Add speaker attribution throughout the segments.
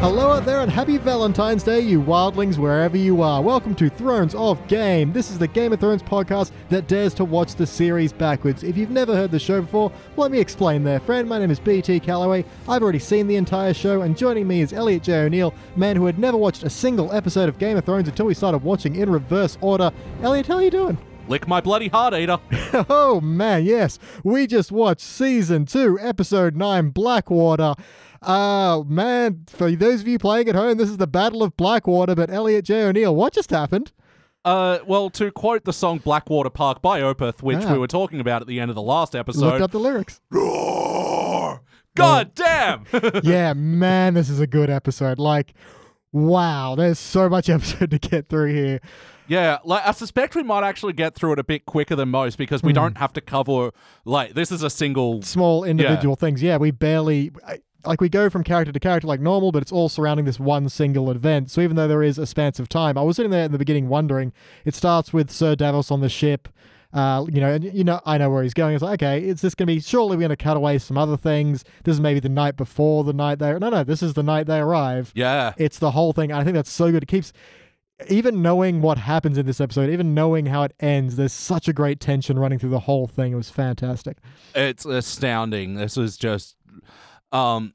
Speaker 1: Hello out there and happy Valentine's Day, you wildlings, wherever you are. Welcome to Thrones of Game. This is the Game of Thrones podcast that dares to watch the series backwards. If you've never heard the show before, let me explain there. Friend, my name is BT Calloway. I've already seen the entire show, and joining me is Elliot J. O'Neill, man who had never watched a single episode of Game of Thrones until we started watching in reverse order. Elliot, how are you doing?
Speaker 2: Lick my bloody heart, Ada.
Speaker 1: Oh man, yes. We just watched season two, episode nine, Blackwater. Oh man, for those of you playing at home, this is the Battle of Blackwater, but Elliot J. O'Neill, what just happened?
Speaker 2: Uh, well, to quote the song Blackwater Park by Opeth, which
Speaker 1: Ah.
Speaker 2: we were talking about at the end of the last
Speaker 1: Looked
Speaker 2: episode.
Speaker 1: up the lyrics.
Speaker 2: Roar! God damn!
Speaker 1: yeah, man, this is a good episode. Like, wow, there's so much episode to get through here.
Speaker 2: yeah, like I suspect we might actually get through it a bit quicker than most because we don't have to cover like this is a single
Speaker 1: Small individual things. Yeah, we barely. I, like we go from character to character like normal, but it's all surrounding this one single event. So even though there is a span of time, I was sitting there in the beginning wondering. It starts with Sir Davos on the ship, uh, you know, and you know I know where he's going. It's like okay, is this going to be? Surely we're going to cut away some other things. This is maybe the night before the night they. No, no, this is the night they arrive.
Speaker 2: Yeah.
Speaker 1: It's the whole thing. I think that's so good. It keeps even knowing what happens in this episode, even knowing how it ends. There's such a great tension running through the whole thing. It was fantastic.
Speaker 2: It's astounding. This was just um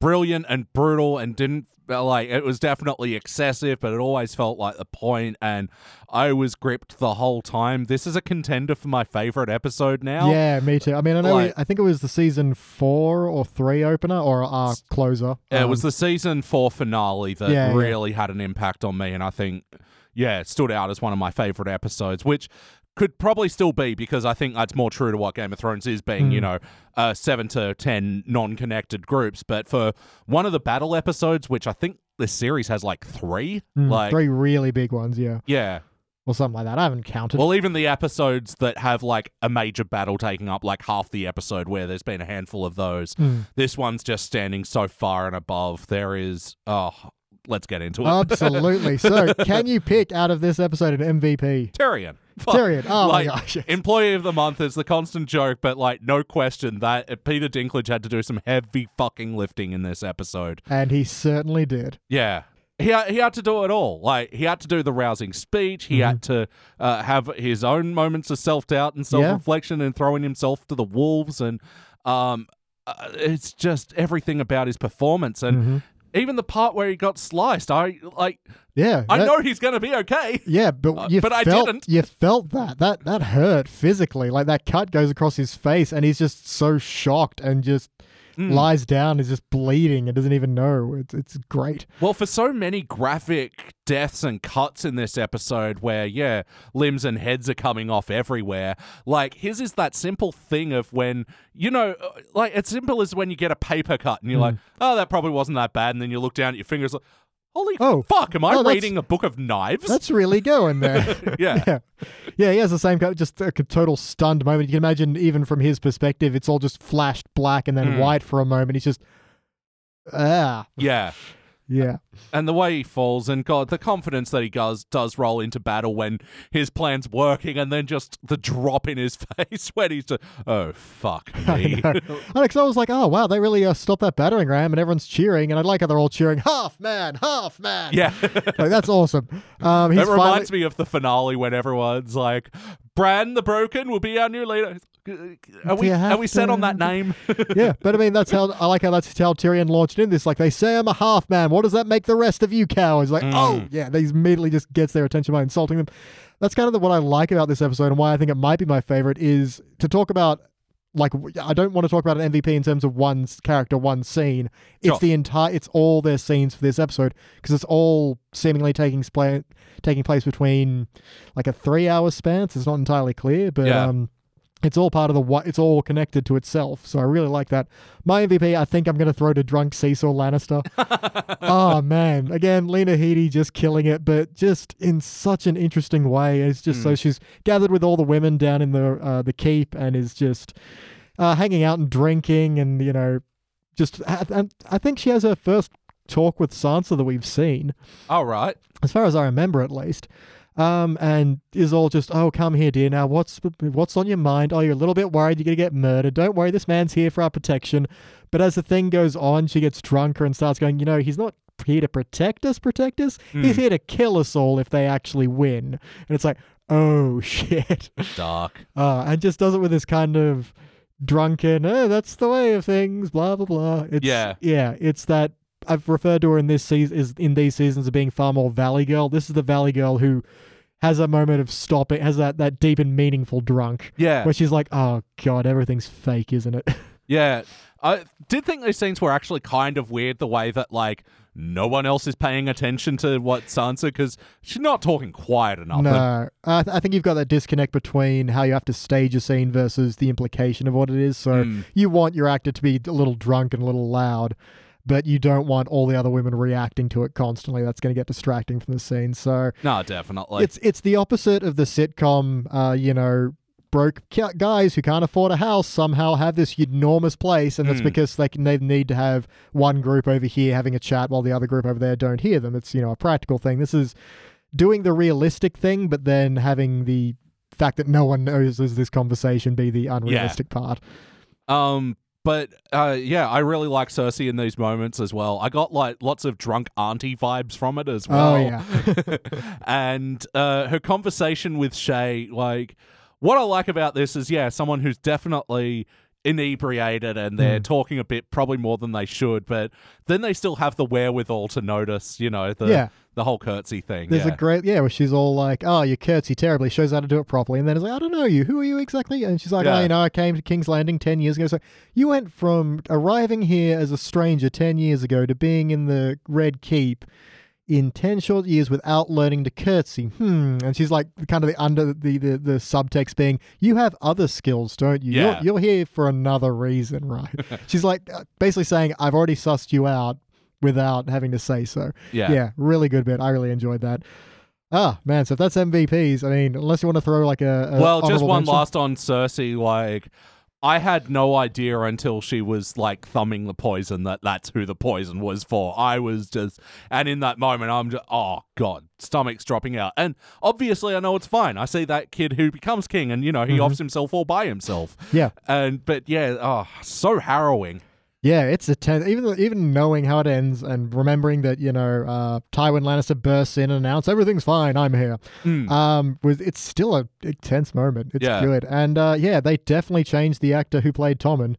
Speaker 2: brilliant and brutal and didn't like it was definitely excessive, but it always felt like the point and I was gripped the whole time. This is a contender for my favorite episode now.
Speaker 1: Yeah, me too. I mean, I know. we-
Speaker 2: Like-
Speaker 1: I think it was the season four or three opener or our closer.
Speaker 2: It
Speaker 1: Um,
Speaker 2: was the season four finale that
Speaker 1: Yeah, yeah.
Speaker 2: really had an impact on me, and I think, yeah, it stood out as one of my favorite episodes, which could probably still be because I think that's more true to what Game of Thrones is being,
Speaker 1: Hmm.
Speaker 2: you know, uh, seven to ten non connected groups. But for one of the battle episodes, which I think this series has like three,
Speaker 1: mm,
Speaker 2: like,
Speaker 1: three really big ones. Yeah,
Speaker 2: yeah.
Speaker 1: or something like that. I haven't counted.
Speaker 2: Well, even the episodes that have like a major battle taking up like half the episode, where there's been a handful of those,
Speaker 1: Mm.
Speaker 2: this one's just standing so far and above. There is, oh, let's get into it.
Speaker 1: Oh. Absolutely. So, can you pick out of this episode an MVP?
Speaker 2: Tyrion. Fuck.
Speaker 1: Tyrion. Oh
Speaker 2: like,
Speaker 1: my gosh.
Speaker 2: Employee of the month is the constant joke, but like, no question that uh, Peter Dinklage had to do some heavy fucking lifting in this episode.
Speaker 1: And he certainly did.
Speaker 2: Yeah. He had, he had to do it all. Like, he had to do the rousing speech. He had to uh, have his own moments of self doubt and self reflection and throwing himself to the wolves. And um, uh, it's just everything about his performance. And even the part where he got sliced, I like,
Speaker 1: Yeah.
Speaker 2: I
Speaker 1: that-
Speaker 2: know he's going to be okay.
Speaker 1: Yeah, but
Speaker 2: Uh,
Speaker 1: you
Speaker 2: but I
Speaker 1: felt
Speaker 2: didn't.
Speaker 1: you felt that that that hurt physically. Like that cut goes across his face, and he's just so shocked and just
Speaker 2: Mm.
Speaker 1: lies down. Is just bleeding and doesn't even know. It's it's great.
Speaker 2: Well, for so many graphic deaths and cuts in this episode, where, yeah, limbs and heads are coming off everywhere, like, his is that simple thing of when, you know, uh, like, it's simple as when you get a paper cut and you're
Speaker 1: Mm.
Speaker 2: like, oh, that probably wasn't that bad. And then you look down at your fingers, like, holy
Speaker 1: Oh.
Speaker 2: fuck, am I
Speaker 1: Oh, that's-
Speaker 2: reading a book of knives?
Speaker 1: That's really going there.
Speaker 2: yeah.
Speaker 1: yeah, yeah. He has the same kind, just like a total stunned moment. You can imagine, even from his perspective, it's all just flashed black and then
Speaker 2: Hmm.
Speaker 1: white for a moment. He's just ah,
Speaker 2: Yeah.
Speaker 1: yeah.
Speaker 2: And the way he falls, and God, the confidence that he does does roll into battle when his plan's working, and then just the drop in his face when he's just, oh, fuck me.
Speaker 1: Alex, uh, I was like, oh wow, they really uh, stopped that battering ram, and everyone's cheering, and I like how they're all cheering, half man, half man.
Speaker 2: Yeah.
Speaker 1: like, that's awesome. Um, he's
Speaker 2: It reminds me of the finale when everyone's like, Bran the Broken will be our new leader. Are we,
Speaker 1: you
Speaker 2: are
Speaker 1: have
Speaker 2: we set on
Speaker 1: to-
Speaker 2: that name?
Speaker 1: finally, yeah. But I mean, that's how I like how that's how Tyrion launched in this. Like they say, I'm a half man. What does that make the rest of you cowards? Like, oh yeah, they immediately just gets their attention by insulting them. That's kind of the, what I like about this episode, and why I think it might be my favorite is to talk about. Like w- I don't want to talk about an MVP in terms of one s- character, one scene. It's
Speaker 2: Sure.
Speaker 1: the entire, it's all their scenes for this episode because it's all seemingly taking spla- taking place between like a three-hour span. So it's not entirely clear, but
Speaker 2: Yeah.
Speaker 1: um, it's all part of the what it's all connected to itself so i really like that my mvp i think i'm going to throw to drunk cecil lannister oh man again lena headey just killing it but just in such an interesting way it's just
Speaker 2: Hmm.
Speaker 1: so she's gathered with all the women down in the uh, the keep and is just uh, hanging out and drinking and you know just and i think she has her first talk with sansa that we've seen
Speaker 2: All right.
Speaker 1: as far as I remember, at least. Um, and is all just, oh, come here, dear. Now, what's what's on your mind? Oh, you're a little bit worried. You're gonna get murdered. Don't worry, this man's here for our protection. But as the thing goes on, she gets drunker and starts going, you know, he's not here to protect us, protect us. He's here to kill us all if they actually win. And it's like, oh shit.
Speaker 2: Dark.
Speaker 1: Uh, and just does it with this kind of drunken, oh, that's the way of things, blah blah blah. It's,
Speaker 2: Yeah.
Speaker 1: yeah. It's that I've referred to her in this season is in these seasons as being far more Valley Girl. This is the Valley Girl who has a moment of stopping, has that that deep and meaningful drunk
Speaker 2: Yeah.
Speaker 1: where she's like, oh god, everything's fake, isn't it?
Speaker 2: Yeah. I did think those scenes were actually kind of weird the way that, like, no one else is paying attention to what Sansa because she's not talking quiet enough.
Speaker 1: No, I, th- I think you've got that disconnect between how you have to stage a scene versus the implication of what it is. So you want your actor to be a little drunk and a little loud, but you don't want all the other women reacting to it constantly. That's going to get distracting from the scene. So
Speaker 2: No, definitely.
Speaker 1: it's it's the opposite of the sitcom. Uh, you know, broke ca- guys who can't afford a house somehow have this enormous place, and that's because they can, they need to have one group over here having a chat while the other group over there don't hear them. It's you know a practical thing. This is doing the realistic thing, but then having the fact that no one knows is this conversation be the unrealistic part.
Speaker 2: Um, but uh, yeah, I really like Cersei in these moments as well. I got like lots of drunk auntie vibes from it as well.
Speaker 1: Oh yeah,
Speaker 2: and uh, her conversation with Shay, like, what I like about this is, yeah, someone who's definitely inebriated and they're
Speaker 1: Hmm.
Speaker 2: talking a bit, probably more than they should, but then they still have the wherewithal to notice, you know, the
Speaker 1: Yeah.
Speaker 2: the whole curtsy thing.
Speaker 1: there's
Speaker 2: yeah.
Speaker 1: a great yeah where she's all like, "Oh, you curtsy terribly." Shows how to do it properly, and then it's like, "I don't know you. Who are you exactly?" And she's like,
Speaker 2: Yeah.
Speaker 1: "Oh, you know, I came to King's Landing ten years ago. So you went from arriving here as a stranger ten years ago to being in the Red Keep." In ten short years, without learning to curtsy, hmm. And she's like, kind of the under the the, the subtext being, you have other skills, don't you?
Speaker 2: Yeah.
Speaker 1: You're, you're here for another reason, right? she's like, uh, basically saying, I've already sussed you out without having to say so.
Speaker 2: yeah.
Speaker 1: Yeah, really good bit. I really enjoyed that. Ah, man, so if that's MVPs, I mean, unless you want to throw like a, a
Speaker 2: Well, just
Speaker 1: Uh, honorable
Speaker 2: one
Speaker 1: mention.
Speaker 2: last on Cersei. Like, I had no idea until she was like thumbing the poison that that's who the poison was for. I was just, and in that moment, I'm just, oh god, stomach's dropping out. And obviously, I know it's fine. I see that kid who becomes king, and you know
Speaker 1: Mm-hmm.
Speaker 2: he offs himself all by himself.
Speaker 1: Yeah,
Speaker 2: And but yeah, oh, so harrowing.
Speaker 1: yeah, it's a ten. Even though- even knowing how it ends and remembering that you know uh, Tywin Lannister bursts in and announces everything's fine, I'm here. Um, was it's still a intense moment. It's
Speaker 2: Mm. Yeah.
Speaker 1: good, and uh, yeah, they definitely changed the actor who played Tommen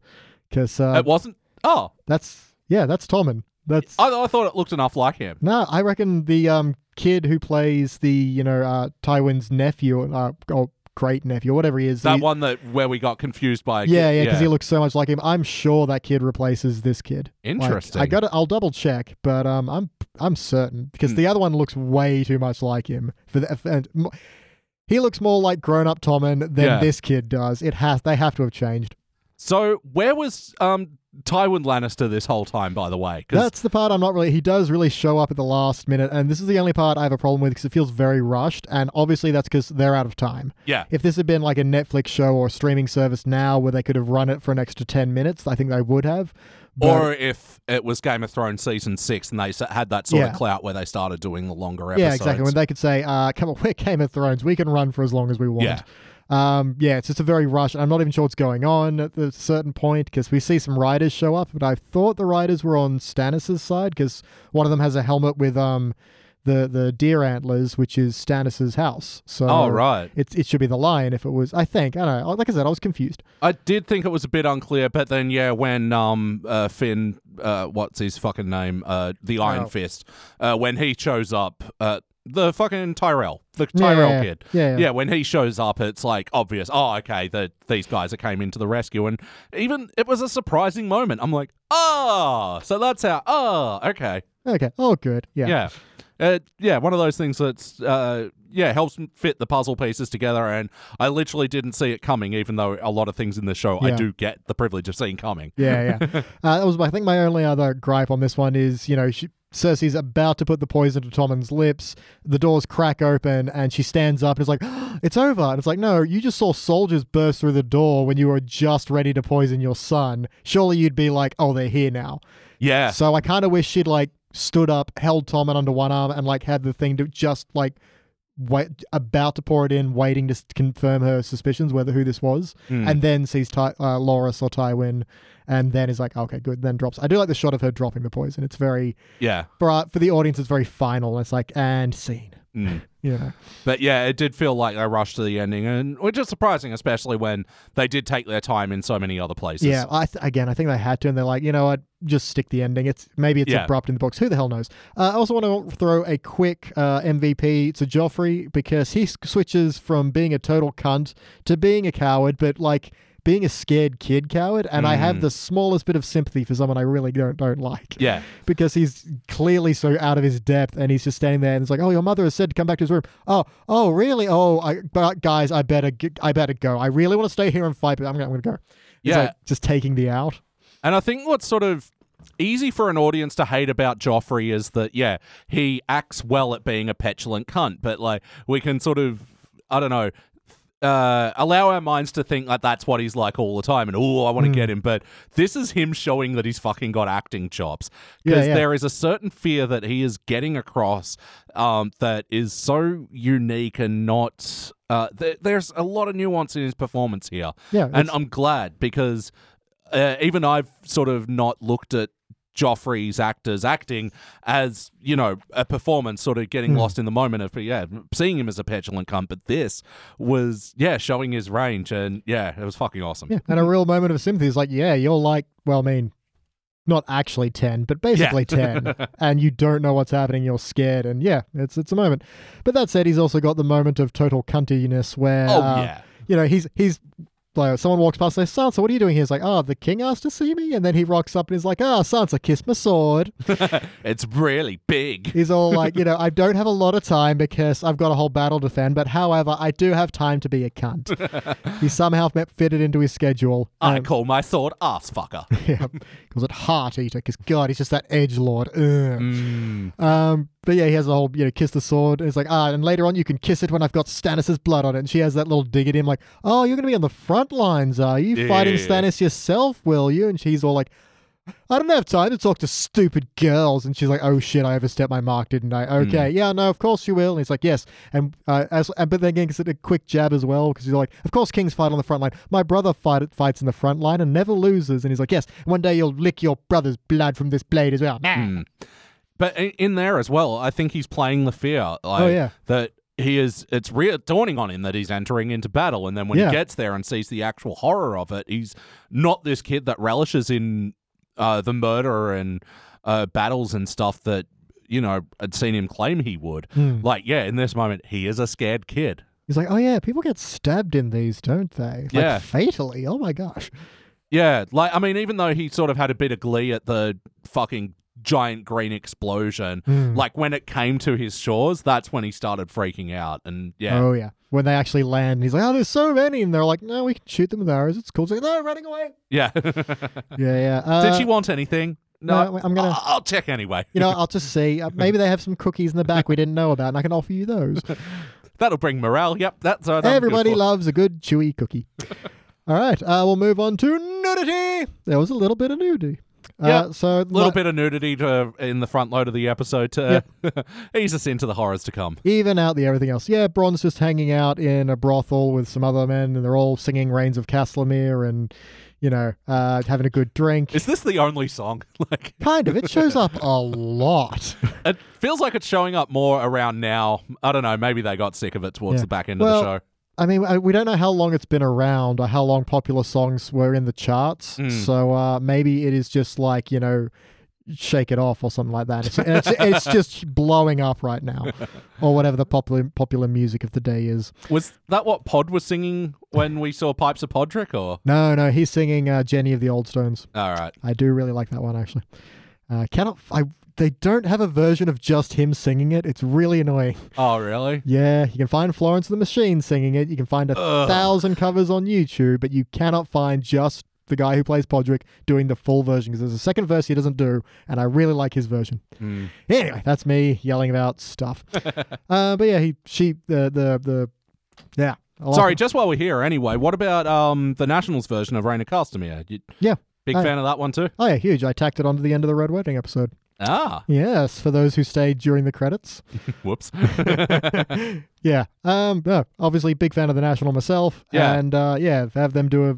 Speaker 1: because uh,
Speaker 2: it wasn't. Oh,
Speaker 1: that's yeah, that's Tommen. That's
Speaker 2: I, I thought it looked enough like him.
Speaker 1: No, I reckon the um kid who plays the you know uh, Tywin's nephew uh, or great nephew or whatever he is.
Speaker 2: That
Speaker 1: the-
Speaker 2: one that where we got confused by.
Speaker 1: Yeah, yeah, because he looks so much like him. I'm sure that kid replaces this kid. Like,
Speaker 2: Interesting.
Speaker 1: I got to I'll double check, but um, I'm I'm certain because
Speaker 2: Hmm.
Speaker 1: the other one looks way too much like him. For the and m- he looks more like grown up Tommen than
Speaker 2: Yeah.
Speaker 1: this kid does. It has they have to have changed.
Speaker 2: So where was um Tywin Lannister this whole time, by the way? 'Cause
Speaker 1: That's the part I'm not really. He does really show up at the last minute, and this is the only part I have a problem with because it feels very rushed, and obviously that's because they're out of time.
Speaker 2: yeah,
Speaker 1: If this had been like a Netflix show or streaming service now where they could have run it for an extra 10 minutes, I think they would have. But
Speaker 2: or if it was Game of Thrones season six and they s- had that sort
Speaker 1: Yeah.
Speaker 2: of clout where they started doing the longer episodes.
Speaker 1: yeah, exactly. When they could say, uh, come on, we're Game of Thrones. We can run for as long as we want.
Speaker 2: Yeah.
Speaker 1: Um, yeah, it's just a very rush. I'm not even sure what's going on at a certain point because we see some riders show up, but I thought the riders were on Stannis' side because one of them has a helmet with um, the, the deer antlers, which is Stannis' house. So
Speaker 2: Oh, right.
Speaker 1: It, it should be the lion if it was. I think. I don't know. Like I said, I was confused.
Speaker 2: I did think it was a bit unclear, but then yeah, when um uh, Finn, uh, what's his fucking name, uh, the Iron
Speaker 1: Oh.
Speaker 2: Fist, uh, when he shows up, uh, the fucking Tyrell, the
Speaker 1: Yeah,
Speaker 2: Tyrell
Speaker 1: yeah, yeah.
Speaker 2: kid,
Speaker 1: Yeah, yeah.
Speaker 2: when he shows up, it's like obvious. Oh, okay, that these guys that came into the rescue, and even it was a surprising moment. I'm like, ah, so that's how. Ah, okay.
Speaker 1: Okay. Oh, good.
Speaker 2: yeah uh, yeah one of those things that's uh, yeah helps m- fit the puzzle pieces together and i literally didn't see it coming even though a lot of things in the show i
Speaker 1: Yeah.
Speaker 2: do get the privilege of seeing coming
Speaker 1: Yeah, yeah. uh, that was, I think, my only other gripe on this one is, you know, she, Cersei's about to put the poison to Tommen's lips. The doors crack open, and she stands up and is like, "It's over!" And it's like, "No, you just saw soldiers burst through the door when you were just ready to poison your son. Surely you'd be like, oh, they're here now.'"
Speaker 2: yeah
Speaker 1: So I kind of wish she'd like stood up, held Tommen under one arm, and like had the thing to just like wait, about to pour it in, waiting to s- confirm her suspicions whether who this was,
Speaker 2: Hmm.
Speaker 1: and then sees Ty- uh, Loris or Tywin, and then is like, okay, good. Then drops. I do like the shot of her dropping the poison. It's very
Speaker 2: yeah.
Speaker 1: for uh, for the audience. It's very final. It's like and scene.
Speaker 2: Mm.
Speaker 1: You know,
Speaker 2: But yeah, it did feel like they rushed to the ending, and which is surprising, especially when they did take their time in so many other places.
Speaker 1: yeah. I th- again, I think they had to, and they're like, you know what, just stick the ending. It's maybe it's
Speaker 2: Yeah.
Speaker 1: abrupt in the books. Who the hell knows? Uh, I also want to throw a quick uh, MVP to Joffrey because he s- switches from being a total cunt to being a coward, but like being a scared kid coward. And I
Speaker 2: Hmm.
Speaker 1: have the smallest bit of sympathy for someone I really don't don't like.
Speaker 2: Yeah.
Speaker 1: because he's clearly so out of his depth and he's just standing there and it's like oh your mother has said to come back to his room oh oh really oh I, but guys i better g- i better go i really want to stay here and fight but i'm gonna, I'm gonna go He's,
Speaker 2: Yeah.
Speaker 1: like, just taking the out
Speaker 2: And I think what's sort of easy for an audience to hate about Joffrey is that, yeah, he acts well at being a petulant cunt, but like we can sort of, I don't know. Uh, allow our minds to think like that's what he's like all the time, and oh, I want to get
Speaker 1: Hmm.
Speaker 2: him. But this is him showing that he's fucking got acting chops because
Speaker 1: Yeah, yeah.
Speaker 2: there is a certain fear that he is getting across um, that is so unique and not. Uh, th- there's a lot of nuance in his performance here,
Speaker 1: Yeah,
Speaker 2: and
Speaker 1: it's-
Speaker 2: I'm glad because uh, even I've sort of not looked at Joffrey's actors acting as you know a performance, sort of
Speaker 1: Hmm.
Speaker 2: getting lost in the moment of but yeah, seeing him as a petulant cunt. But this was yeah showing his range, and yeah, it was fucking awesome.
Speaker 1: yeah and a real moment of sympathy is like yeah you're like well i mean not actually 10 but basically 10 and you don't know what's happening you're scared and yeah it's it's a moment but that said he's also got the moment of total cuntiness where
Speaker 2: Oh
Speaker 1: uh,
Speaker 2: yeah,
Speaker 1: you know, he's he's like someone walks past and says, Sansa, what are you doing here? He's like, Oh, the king asked to see me and then he rocks up and he's like, Oh, Sansa, kiss my sword.
Speaker 2: it's really big.
Speaker 1: He's all like, you know, I don't have a lot of time because I've got a whole battle to defend, but however, I do have time to be a cunt. he somehow fit fitted into his schedule. Um,
Speaker 2: I call my sword ass fucker.
Speaker 1: yeah. Calls it Heart Eater because God, he's just that edge lord. Um, but yeah, he has a whole you know kiss the sword. And it's like ah, and later on you can kiss it when I've got Stannis's blood on it. And she has that little dig at him like, oh, you're gonna be on the front lines, are you fighting
Speaker 2: Yeah.
Speaker 1: Stannis yourself? Will you? And she's all like. I don't have time to talk to stupid girls. And she's like, oh shit, I overstepped my mark, didn't I?
Speaker 2: Hmm.
Speaker 1: Okay, yeah, no, of course you will. And he's like, yes. And uh, as, and, but then again, it's a quick jab as well because he's like, of course kings fight on the front line. My brother fight, fights in the front line and never loses. And he's like, yes, one day you'll lick your brother's blood from this blade as well. Man.
Speaker 2: Hmm. But i- in there as well, I think he's playing the fear. Like,
Speaker 1: Oh, yeah.
Speaker 2: That he is, it's re- dawning on him that he's entering into battle. And then when
Speaker 1: Yeah.
Speaker 2: he gets there and sees the actual horror of it, he's not this kid that relishes in uh, the murder and uh, battles and stuff that, you know, I'd seen him claim he would.
Speaker 1: Hmm.
Speaker 2: Like, yeah, in this moment, he is a scared kid.
Speaker 1: He's like, oh yeah, people get stabbed in these, don't they? Like
Speaker 2: Yeah.
Speaker 1: fatally. Oh my gosh.
Speaker 2: Yeah, like I mean, even though he sort of had a bit of glee at the fucking giant green explosion,
Speaker 1: Hmm.
Speaker 2: like when it came to his shores, that's when he started freaking out. And yeah,
Speaker 1: Oh yeah. When they actually land, he's like, oh, there's so many, and they're like, no, we can shoot them with arrows. It's cool. It's like, no, running away.
Speaker 2: yeah.
Speaker 1: Yeah, yeah. Uh,
Speaker 2: Did she want anything?
Speaker 1: no, I'm gonna-
Speaker 2: I- I'll check anyway.
Speaker 1: You know, I'll just see. Uh, maybe they have some cookies in the back we didn't know about, and I can offer you those.
Speaker 2: That'll bring morale. Yep, that's uh, that's
Speaker 1: Everybody
Speaker 2: good for-
Speaker 1: loves a good chewy cookie. All right, uh, we'll move on to nudity. There was a little bit of nudity. Uh,
Speaker 2: Yep.
Speaker 1: so
Speaker 2: little bit of nudity to, in the front load of the episode to ease us into the horrors to come.
Speaker 1: even out the everything else. Yeah, Bron's just hanging out in a brothel with some other men, and they're all singing "Reigns of Castlemere" and you know uh, having a good drink.
Speaker 2: Is this the only song? like,
Speaker 1: kind of. It shows up a lot.
Speaker 2: it feels like it's showing up more around now. I don't know. Maybe they got sick of it towards
Speaker 1: Yeah.
Speaker 2: the back end
Speaker 1: Well,
Speaker 2: of the show.
Speaker 1: I mean, I- we don't know how long it's been around or how long popular songs were in the charts. So uh, maybe it is just like you know. Shake it off, or something like that. It's, it's, it's just blowing up right now, or whatever the popular popular music of the day is.
Speaker 2: Was that what Pod was singing when we saw Pipes of Podrick? Or
Speaker 1: No, no, he's singing uh, "Jenny of the Old Stones."
Speaker 2: all right,
Speaker 1: I do really like that one actually. Uh, cannot I? They don't have a version of just him singing it. It's really annoying.
Speaker 2: oh really?
Speaker 1: Yeah, you can find Florence and the Machine singing it. You can find a
Speaker 2: Ugh.
Speaker 1: thousand covers on YouTube, but you cannot find just the guy who plays Podrick doing the full version because there's a second verse he doesn't do, and I really like his version.
Speaker 2: Hmm.
Speaker 1: Anyway, that's me yelling about stuff. uh, but yeah, he she the the the yeah. I like
Speaker 2: Sorry,
Speaker 1: it.
Speaker 2: just while we're here, anyway, what about um the Nationals version of Rain of Castamere? You,
Speaker 1: Yeah.
Speaker 2: big
Speaker 1: I-
Speaker 2: fan of that one too.
Speaker 1: Oh yeah, huge. I tacked it onto the end of the Red Wedding episode.
Speaker 2: Ah,
Speaker 1: Yes, for those who stayed during the credits.
Speaker 2: whoops.
Speaker 1: Yeah. Um. No, obviously, big fan of the National myself.
Speaker 2: Yeah.
Speaker 1: And uh, yeah, have them do a,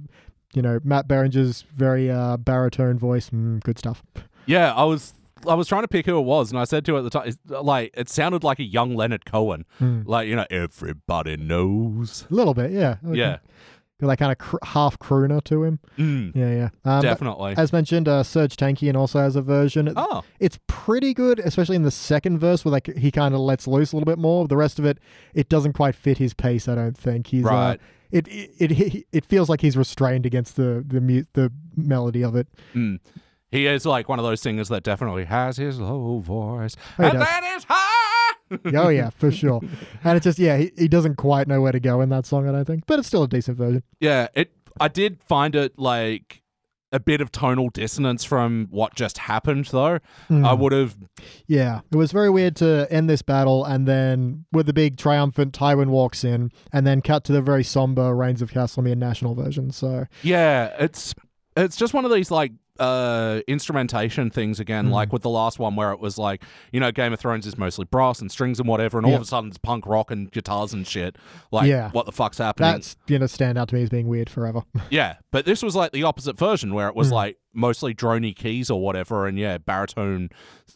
Speaker 1: you know, Matt Berringer's very uh, baritone voice. Mm, good stuff.
Speaker 2: yeah, I was I was trying to pick who it was, and I said to her at the time, it's- like it sounded like a young Leonard Cohen,
Speaker 1: Hmm.
Speaker 2: like you know, everybody knows.
Speaker 1: A little bit. Yeah.
Speaker 2: Yeah,
Speaker 1: Got that kind of cr- half crooner to him.
Speaker 2: Mm,
Speaker 1: Yeah. Yeah. Um, but
Speaker 2: definitely.
Speaker 1: As mentioned, uh, Serge Tankian also has a version.
Speaker 2: Oh,
Speaker 1: It's pretty good, especially in the second verse where like he kind of lets loose a little bit more. The rest of it, it doesn't quite fit his pace. I don't think he's
Speaker 2: Right.
Speaker 1: Uh, it, it it it feels like he's restrained against the the mu- the melody of it.
Speaker 2: mm. he is like one of those singers that definitely has his low voice,
Speaker 1: Oh, he
Speaker 2: and
Speaker 1: does.
Speaker 2: that is high.
Speaker 1: oh yeah, for sure. And it's just yeah, he, he doesn't quite know where to go in that song, I don't think. But it's still a decent version.
Speaker 2: Yeah, it. I did find it like a bit of tonal dissonance from what just happened, though. I would have.
Speaker 1: Hmm. Yeah, it was very weird to end this battle and then with the big triumphant Tywin walks in, and then cut to the very somber Reigns of Castlemere national version. So
Speaker 2: Yeah, it's it's just one of these like uh instrumentation things
Speaker 1: Hmm.
Speaker 2: again like with the last one where it was like you know game of thrones is mostly brass and strings and whatever and all
Speaker 1: Yeah.
Speaker 2: of a sudden it's punk rock and guitars and shit like
Speaker 1: Yeah.
Speaker 2: what the fuck's happening
Speaker 1: that's you know stand out to me as being weird forever.
Speaker 2: yeah but this was like the opposite version where it was
Speaker 1: Hmm.
Speaker 2: like mostly drony keys or whatever and yeah baritone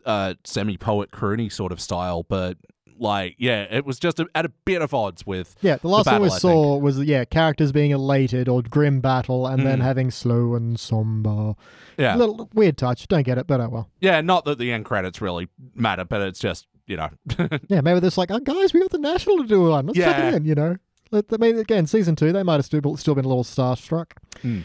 Speaker 2: uh semi-poet croony sort of style but like yeah it was just a, at a bit of odds with
Speaker 1: yeah, the last
Speaker 2: battle,
Speaker 1: thing
Speaker 2: I
Speaker 1: we saw was yeah characters being elated or grim battle, and then having slow and somber.
Speaker 2: Hmm. yeah
Speaker 1: Little weird touch. Don't get it, but oh well.
Speaker 2: yeah not that the end credits really matter but it's just you know
Speaker 1: Yeah, maybe they're just like, oh, guys, we got the national to do one. Let's check
Speaker 2: Yeah.
Speaker 1: it in, you know. Let, I mean, again, season two, they might have still, still been a little starstruck. Uh,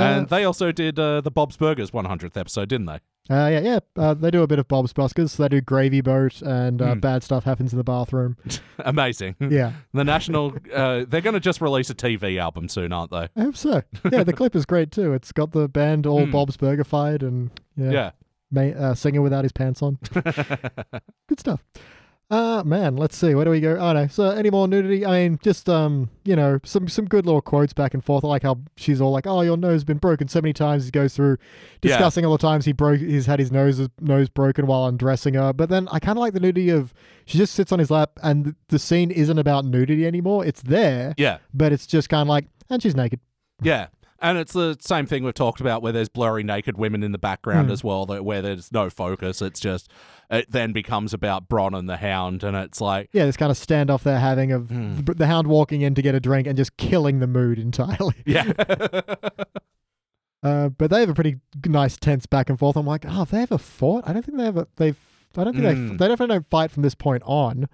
Speaker 2: and they also did uh, the Bob's Burgers 100th episode, didn't they?
Speaker 1: Uh, yeah, yeah. Uh, they do a bit of Bob's Buskers. So they do Gravy Boat and uh, Bad Stuff Happens in the Bathroom.
Speaker 2: Amazing.
Speaker 1: Yeah,
Speaker 2: The National, uh, they're going to just release a TV album soon, aren't they?
Speaker 1: I hope so. Yeah, the clip is great too. It's got the band all Bob's Burgerfied and yeah,
Speaker 2: Yeah.
Speaker 1: ma- uh, singing without his pants on. Good stuff. Uh, man, let's see. Where do we go? Oh, no. So, any more nudity? I mean, just, um, you know, some, some good little quotes back and forth. I like how she's all like, oh, your nose has been broken so many times. He goes through
Speaker 2: Yeah.
Speaker 1: discussing all the times he broke, he's had his nose, his nose broken while undressing her. But then I kind of like the nudity of she just sits on his lap and th- the scene isn't about nudity anymore. It's there,
Speaker 2: Yeah.
Speaker 1: but it's just kind of like, and she's naked.
Speaker 2: Yeah. And it's the same thing we've talked about where there's blurry naked women in the background as well, that- where there's no focus. It's just, it then becomes about Bron and the Hound, and it's like,
Speaker 1: Yeah, this kind of standoff they're having of the, the hound walking in to get a drink and just killing the mood entirely.
Speaker 2: yeah.
Speaker 1: Uh, but they have a pretty g- nice tense back and forth. I'm like, oh, have they ever fought? I don't think they ever. They've. I don't think they.
Speaker 2: Mm.
Speaker 1: They definitely don't fight from this point on.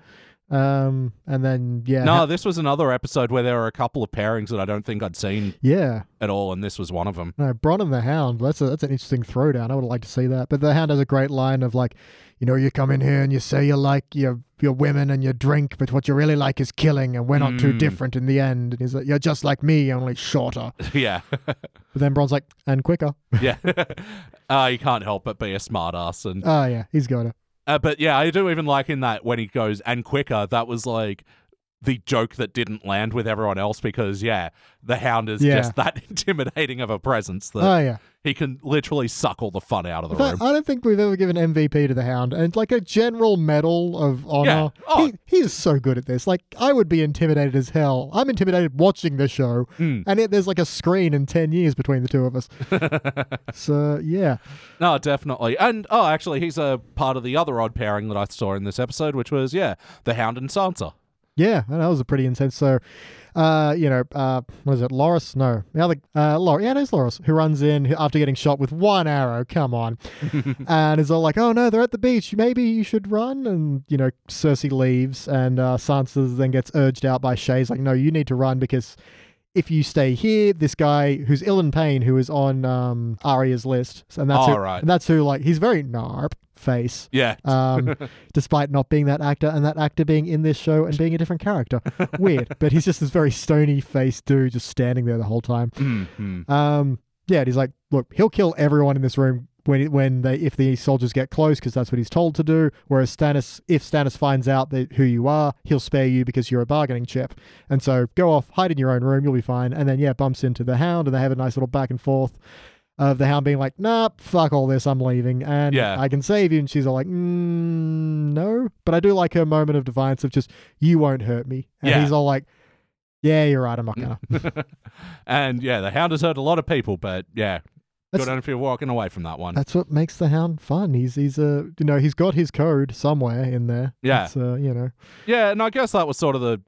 Speaker 1: Um, and then yeah,
Speaker 2: no,
Speaker 1: ha-
Speaker 2: this was another episode where there were a couple of pairings that I don't think I'd seen
Speaker 1: yeah.
Speaker 2: at all, and this was one of them.
Speaker 1: No, Bron and the Hound. That's a, that's an interesting throwdown. I would like to see that. But the Hound has a great line of like, you know, you come in here and you say you like your your women and your drink, but what you really like is killing, and we're not too
Speaker 2: Mm.
Speaker 1: different in the end. And he's like, you're just like me, only shorter. But
Speaker 2: yeah.
Speaker 1: then Bron's like, and quicker.
Speaker 2: yeah. uh, you can't help but be a smartass and
Speaker 1: Oh yeah, he's got it.
Speaker 2: Uh, but yeah, I do even like in that when he goes and quicker, that was like the joke that didn't land with everyone else because yeah, the hound is
Speaker 1: Yeah.
Speaker 2: just that intimidating of a presence that
Speaker 1: Oh yeah.
Speaker 2: he can literally suck all the fun out of the
Speaker 1: In fact,
Speaker 2: room.
Speaker 1: I uh don't think we've ever given MVP to the Hound, and like a general medal of honor.
Speaker 2: Oh.
Speaker 1: He, he is so good at this. Like I would be intimidated as hell. I'm intimidated watching the show,
Speaker 2: Hmm.
Speaker 1: and it, there's like a screen in ten years between the two of us. so yeah,
Speaker 2: No, definitely. And oh, actually, he's a part of the other odd pairing that I saw in this episode, which was yeah, the hound and Sansa.
Speaker 1: yeah, and that was a pretty intense. So, uh, you know, uh, what is it, Loris? No, the other uh, Loris. Yeah, it is Loris who runs in after getting shot with one arrow. Come on, and is all like, "Oh no, they're at the beach. Maybe you should run." And you know, Cersei leaves, and uh, Sansa then gets urged out by Shay's like, "No, you need to run because if you stay here, this guy who's ill in pain, who is on um, Arya's list, and that's
Speaker 2: All
Speaker 1: who,
Speaker 2: right.
Speaker 1: and that's who like he's very narp face."
Speaker 2: Yeah,
Speaker 1: um, despite not being that actor and that actor being in this show and being a different character. Weird, but he's just this very stony faced dude just standing there the whole time.
Speaker 2: Mhm.
Speaker 1: Um, yeah, and he's like, look, he'll kill everyone in this room when when they if the soldiers get close because that's what he's told to do. Whereas Stannis, if Stannis finds out that who you are, he'll spare you because you're a bargaining chip. And so go off, hide in your own room, you'll be fine. And then yeah, bumps into the Hound and they have a nice little back and forth. of the hound being like, nah, fuck all this, I'm leaving, and
Speaker 2: Yeah.
Speaker 1: I can save you. And she's all like, mm, no. But I do like her moment of defiance of just, you won't hurt me. And
Speaker 2: Yeah. Mm.
Speaker 1: he's all like, yeah, you're right, I'm not gonna.
Speaker 2: and yeah, the hound has hurt a lot of people, but yeah,
Speaker 1: That's-
Speaker 2: good on if you're walking away from that one.
Speaker 1: That's what makes the hound fun. He's he's a you know he's got his code somewhere in there.
Speaker 2: Yeah.
Speaker 1: It's, uh, you know.
Speaker 2: Yeah, and I guess that was sort of the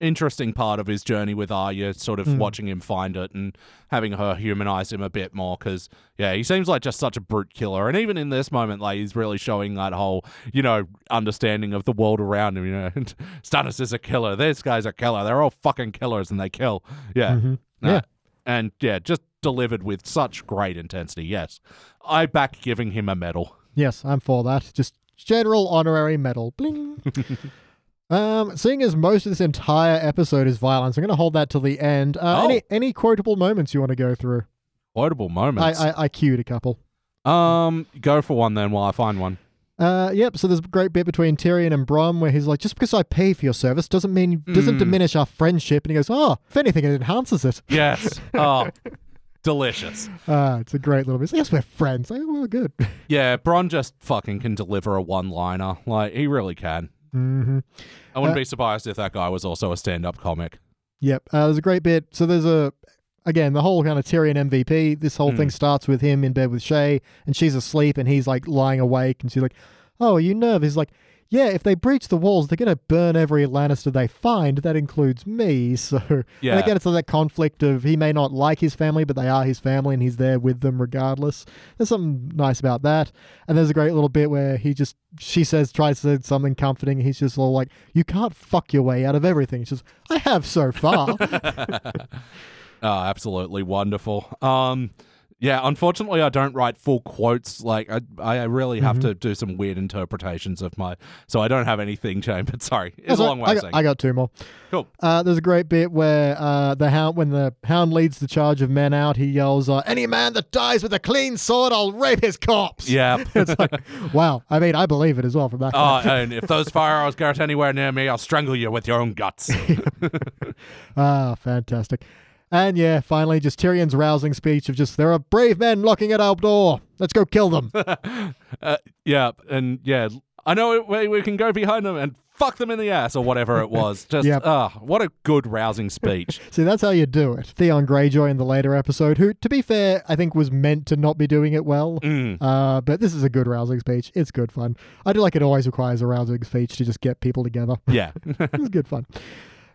Speaker 2: interesting part of his journey with Arya, sort of
Speaker 1: Mm.
Speaker 2: watching him find it and having her humanize him a bit more. Because yeah, he seems like just such a brute killer, and even in this moment, like he's really showing that whole you know understanding of the world around him. You know, Stannis is a killer. This guy's a killer. They're all fucking killers, and they kill. Yeah,
Speaker 1: Mhm.
Speaker 2: No.
Speaker 1: Yeah.
Speaker 2: and yeah, just delivered with such great intensity. Yes, I back giving him a medal.
Speaker 1: Yes, I'm for that. Just general honorary medal. Bling. um, seeing as most of this entire episode is violence, I'm going to hold that till the end. Uh,
Speaker 2: Oh.
Speaker 1: Any any quotable moments you want to go through?
Speaker 2: Quotable
Speaker 1: I,
Speaker 2: moments.
Speaker 1: I I queued a couple.
Speaker 2: um, go for one then while I find one.
Speaker 1: Uh, yep. So there's a great bit between Tyrion and Brom where he's like, "Just because I pay for your service doesn't mean doesn't
Speaker 2: Mm.
Speaker 1: diminish our friendship." And he goes, "Oh, if anything, it enhances it."
Speaker 2: Yes. Oh, delicious.
Speaker 1: Uh, it's a great little bit. Yes, we're friends. Like, "Oh, well, good.
Speaker 2: Yeah, Bron just fucking can deliver a one liner. Like, he really can.
Speaker 1: hmm
Speaker 2: I wouldn't be surprised if that guy was also a stand up comic.
Speaker 1: Yep. Uh, there's a great bit. So there's a again the whole kind of Tyrion MVP. This whole
Speaker 2: Hmm.
Speaker 1: thing starts with him in bed with Shay, and she's asleep, and he's like lying awake, and she's like, "Oh, are you nervous?" He's like, "Yeah. If they breach the walls, they're gonna burn every Lannister they find. That includes me." So
Speaker 2: Yeah.
Speaker 1: and again, it's that conflict of he may not like his family, but they are his family, and he's there with them regardless. There's something nice about that. And there's a great little bit where he just she says tries to say something comforting. And he's just all like, "You can't fuck your way out of everything." She's, "I have so far."
Speaker 2: Oh, absolutely wonderful. Um, yeah, unfortunately, I don't write full quotes. Like, I, I really have
Speaker 1: Mm-hmm.
Speaker 2: to do some weird interpretations of my. So I don't have anything, Chambered. Sorry. It's
Speaker 1: That's
Speaker 2: a
Speaker 1: all
Speaker 2: long
Speaker 1: right.
Speaker 2: way
Speaker 1: I
Speaker 2: of
Speaker 1: got,
Speaker 2: saying.
Speaker 1: I got two more.
Speaker 2: Cool.
Speaker 1: Uh, there's a great bit where uh, the hound, when the hound leads the charge of men out, he yells, uh, "Any man that dies with a clean sword, I'll rape his corpse."
Speaker 2: Yeah.
Speaker 1: it's like, wow. I mean, I believe it as well from that. guy.
Speaker 2: Oh, and if those firearms get anywhere near me, I'll strangle you with your own guts.
Speaker 1: Ah, fantastic. And yeah, finally, just Tyrion's rousing speech of just, there are brave men knocking at our door. Let's go kill them.
Speaker 2: Uh, yeah, and yeah, I know it- we, we can go behind them and fuck them in the ass or whatever it was. Just
Speaker 1: Yep.
Speaker 2: ah, what a good rousing speech.
Speaker 1: See, that's how you do it. Theon Greyjoy in the later episode, who, to be fair, I think was meant to not be doing it well. Uh, but this is a good rousing speech. It's good fun. I do like it always requires a rousing speech to just get people together.
Speaker 2: yeah,
Speaker 1: it's good fun.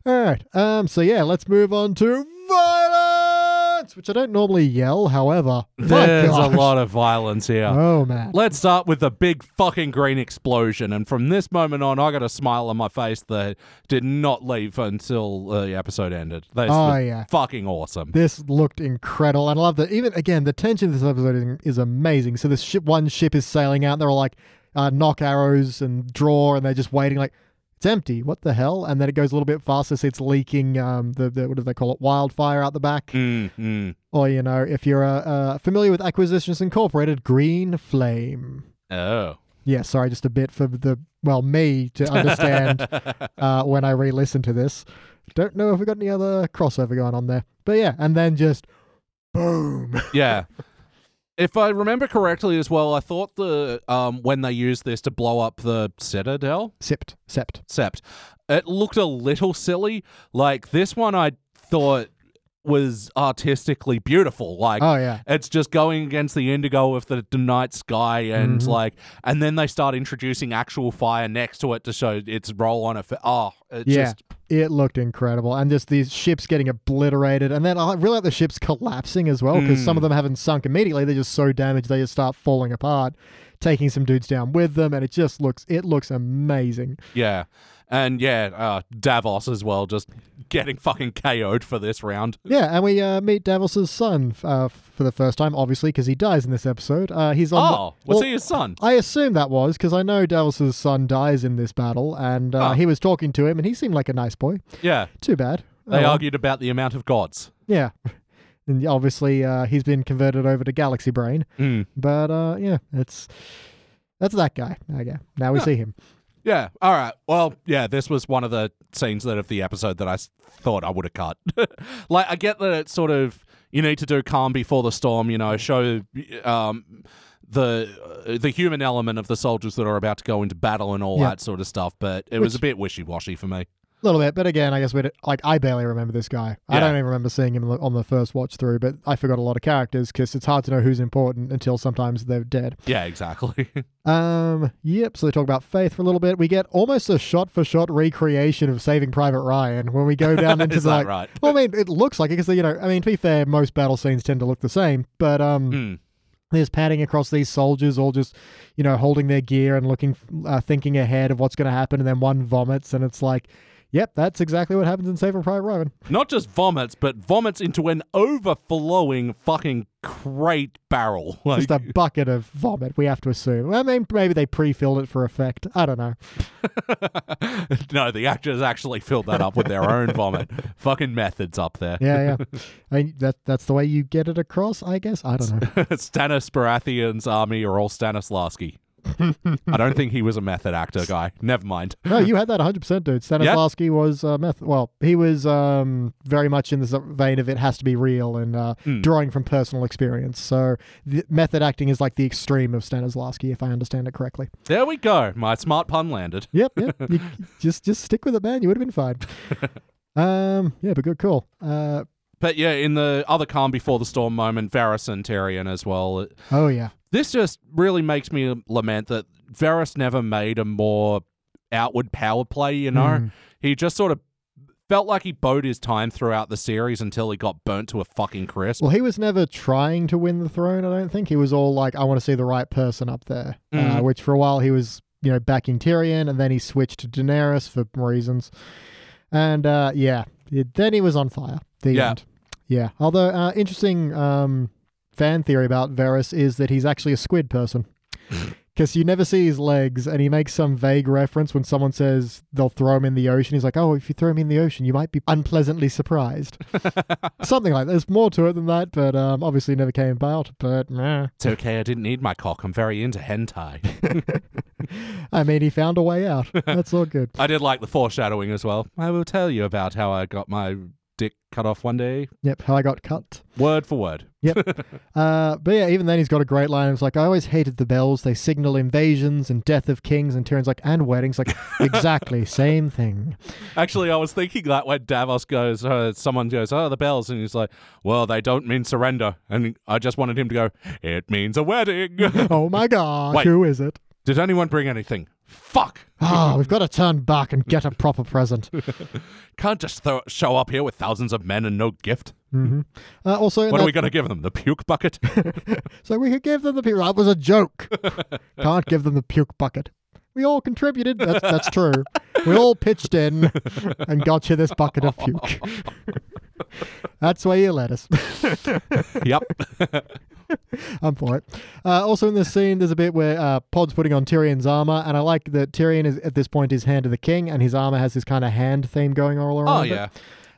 Speaker 1: All right. Um. So yeah, let's move on to violence, which I don't normally yell. However, my
Speaker 2: there's a
Speaker 1: gosh.
Speaker 2: lot of violence here.
Speaker 1: Oh man.
Speaker 2: Let's start with the big fucking green explosion, and from this moment on, I got a smile on my face that did not leave until the episode ended. This
Speaker 1: Oh,
Speaker 2: was
Speaker 1: yeah.
Speaker 2: fucking awesome.
Speaker 1: This looked incredible, and I love that. Even again, the tension of this episode is, is amazing. So this ship, one ship is sailing out. They're all like, uh, knock arrows and draw, and they're just waiting. Like it's empty. What the hell? And then it goes a little bit faster. So it's leaking. Um, the, the what do they call it? Wildfire out the back.
Speaker 2: Mm, mm.
Speaker 1: Or you know, if you're uh, uh, familiar with Acquisitions Incorporated, green flame.
Speaker 2: Oh,
Speaker 1: Yeah, sorry, just a bit for the well me to understand uh, when I re-listen to this. Don't know if we got any other crossover going on there, but yeah, and then just boom.
Speaker 2: yeah. If I remember correctly, as well, I thought the um, when they used this to blow up the citadel,
Speaker 1: Sipped, sept.
Speaker 2: sept, it looked a little silly. Like this one, I thought was artistically beautiful. Like
Speaker 1: Oh yeah,
Speaker 2: it's just going against the indigo of the, the night sky, and
Speaker 1: Mm-hmm.
Speaker 2: like, and then they start introducing actual fire next to it to show its roll on effect. Oh, it's
Speaker 1: yeah.
Speaker 2: just
Speaker 1: it looked incredible, and just these ships getting obliterated, and then I really like the ships collapsing as well because some of
Speaker 2: Hmm.
Speaker 1: them haven't sunk immediately; they're just so damaged they just start falling apart, taking some dudes down with them, and it just looks it looks amazing.
Speaker 2: yeah, and yeah, uh, Davos as well, just getting fucking KO'd for this round.
Speaker 1: Yeah, and we uh, meet Davos's son f- uh, f- for the first time, obviously, because he dies in this episode. Uh, he's on. the-
Speaker 2: Oh, was
Speaker 1: well,
Speaker 2: he his son?
Speaker 1: I assume that was because I know Davos's son dies in this battle, and uh,
Speaker 2: Ah.
Speaker 1: he was talking to him, and he seemed like a nice boy.
Speaker 2: Yeah.
Speaker 1: Too bad. Oh,
Speaker 2: They
Speaker 1: well.
Speaker 2: argued about the amount of gods.
Speaker 1: Yeah, and obviously uh, he's been converted over to Galaxy Brain,
Speaker 2: Hmm.
Speaker 1: but uh, yeah, it's that's that guy. Okay, now we see him.
Speaker 2: Yeah. All right. Well, yeah, this was one of the scenes that of the episode that I s- thought I would have cut. like, I get that it's sort of, you need to do calm before the storm. You know, show um, the uh, the human element of the soldiers that are about to go into battle and all
Speaker 1: Yeah.
Speaker 2: that sort of stuff. But it was a bit wishy washy for me.
Speaker 1: A little bit, but again, I guess we like I barely remember this guy. I
Speaker 2: Yeah.
Speaker 1: don't even remember seeing him on the first watch through, but I forgot a lot of characters because it's hard to know who's important until sometimes they're dead.
Speaker 2: Yeah, exactly.
Speaker 1: Um, yep. So they talk about faith for a little bit. We get almost a shot-for-shot recreation of Saving Private Ryan when we go down into
Speaker 2: Is
Speaker 1: the
Speaker 2: that
Speaker 1: like.
Speaker 2: right?
Speaker 1: Well, I mean, it looks like it because you know, I mean, to be fair, most battle scenes tend to look the same, but um,
Speaker 2: Hmm.
Speaker 1: there's padding across these soldiers, all just you know, holding their gear and looking, uh, thinking ahead of what's going to happen, and then one vomits, and it's like, yep, that's exactly what happens in Saving Private Ryan.
Speaker 2: Not just vomits, but vomits into an overflowing fucking crate barrel. Like,
Speaker 1: Just a bucket of vomit, we have to assume. I mean, maybe they pre-filled it for effect. I don't know.
Speaker 2: no, the actors actually filled that up with their own vomit. Fucking methods up there.
Speaker 1: Yeah, yeah. I mean, that that's the way you get it across, I guess. I don't know.
Speaker 2: Stannis Baratheon's army are all Stanislavski. I don't think he was a method actor guy. Never mind.
Speaker 1: No, you had that 100%, dude. Stanislavski was uh, meth. Well, he was um, very much in the vein of it has to be real and uh, drawing from personal experience. So the method acting is like the extreme of Stanislavski, if I understand it correctly.
Speaker 2: There we go. My smart pun landed.
Speaker 1: Yep, yep. you, just just stick with it, man. You would have been fine. Um, yeah, but good call. Uh,
Speaker 2: But yeah, in the other calm before the storm moment, Varys and Tyrion as well.
Speaker 1: oh, yeah.
Speaker 2: This just really makes me lament that Varys never made a more outward power play, you know?
Speaker 1: Mm.
Speaker 2: He just sort of felt like he bowed his time throughout the series until he got burnt to a fucking crisp.
Speaker 1: Well, he was never trying to win the throne, I don't think. He was all like, I want to see the right person up there, uh,
Speaker 2: Mhm.
Speaker 1: which for a while he was, you know, backing Tyrion, and then he switched to Daenerys for reasons. And uh, yeah, it- then he was on fire. The
Speaker 2: Yeah.
Speaker 1: end. Yeah. Although, uh, interesting um, fan theory about Varys is that he's actually a squid person. Because you never see his legs, and he makes some vague reference when someone says they'll throw him in the ocean. He's like, "Oh, if you throw him in the ocean, you might be unpleasantly surprised." something like that. There's more to it than that, but um, obviously never came about. But meh.
Speaker 2: It's okay, I didn't need my cock. I'm very into hentai.
Speaker 1: I mean, he found a way out. That's all good.
Speaker 2: I did like the foreshadowing as well. I will tell you about how I got my dick cut off one day,
Speaker 1: Yep, how I got cut.
Speaker 2: word for word.
Speaker 1: Uh, but yeah, even then he's got a great line. It's like I always hated the bells. They signal invasions and death of kings. And Tyrion's like, and weddings. Like exactly same thing.
Speaker 2: Actually, I was thinking that when Davos goes, uh, someone goes, oh, the bells, and he's like, well, they don't mean surrender. And I just wanted him to go, it means a wedding.
Speaker 1: Oh my god,
Speaker 2: Wait.
Speaker 1: who is it?
Speaker 2: did anyone bring anything? Fuck!
Speaker 1: Ah, we've got to turn back and get a proper present.
Speaker 2: Can't just throw, show up here with thousands of men and no gift.
Speaker 1: hmm Uh, also, in
Speaker 2: What
Speaker 1: that-
Speaker 2: are we going to give them? The puke bucket?
Speaker 1: so we could give them the puke. That was a joke. Can't give them the puke bucket. We all contributed. That's, that's true. We all pitched in and got you this bucket of puke. that's where you let us.
Speaker 2: yep.
Speaker 1: I'm for it. Uh, also in this scene, there's a bit where uh, Pod's putting on Tyrion's armor, and I like that Tyrion is at this point his hand to the king, and his armor has this kind of hand theme going all around.
Speaker 2: Oh,
Speaker 1: it.
Speaker 2: yeah.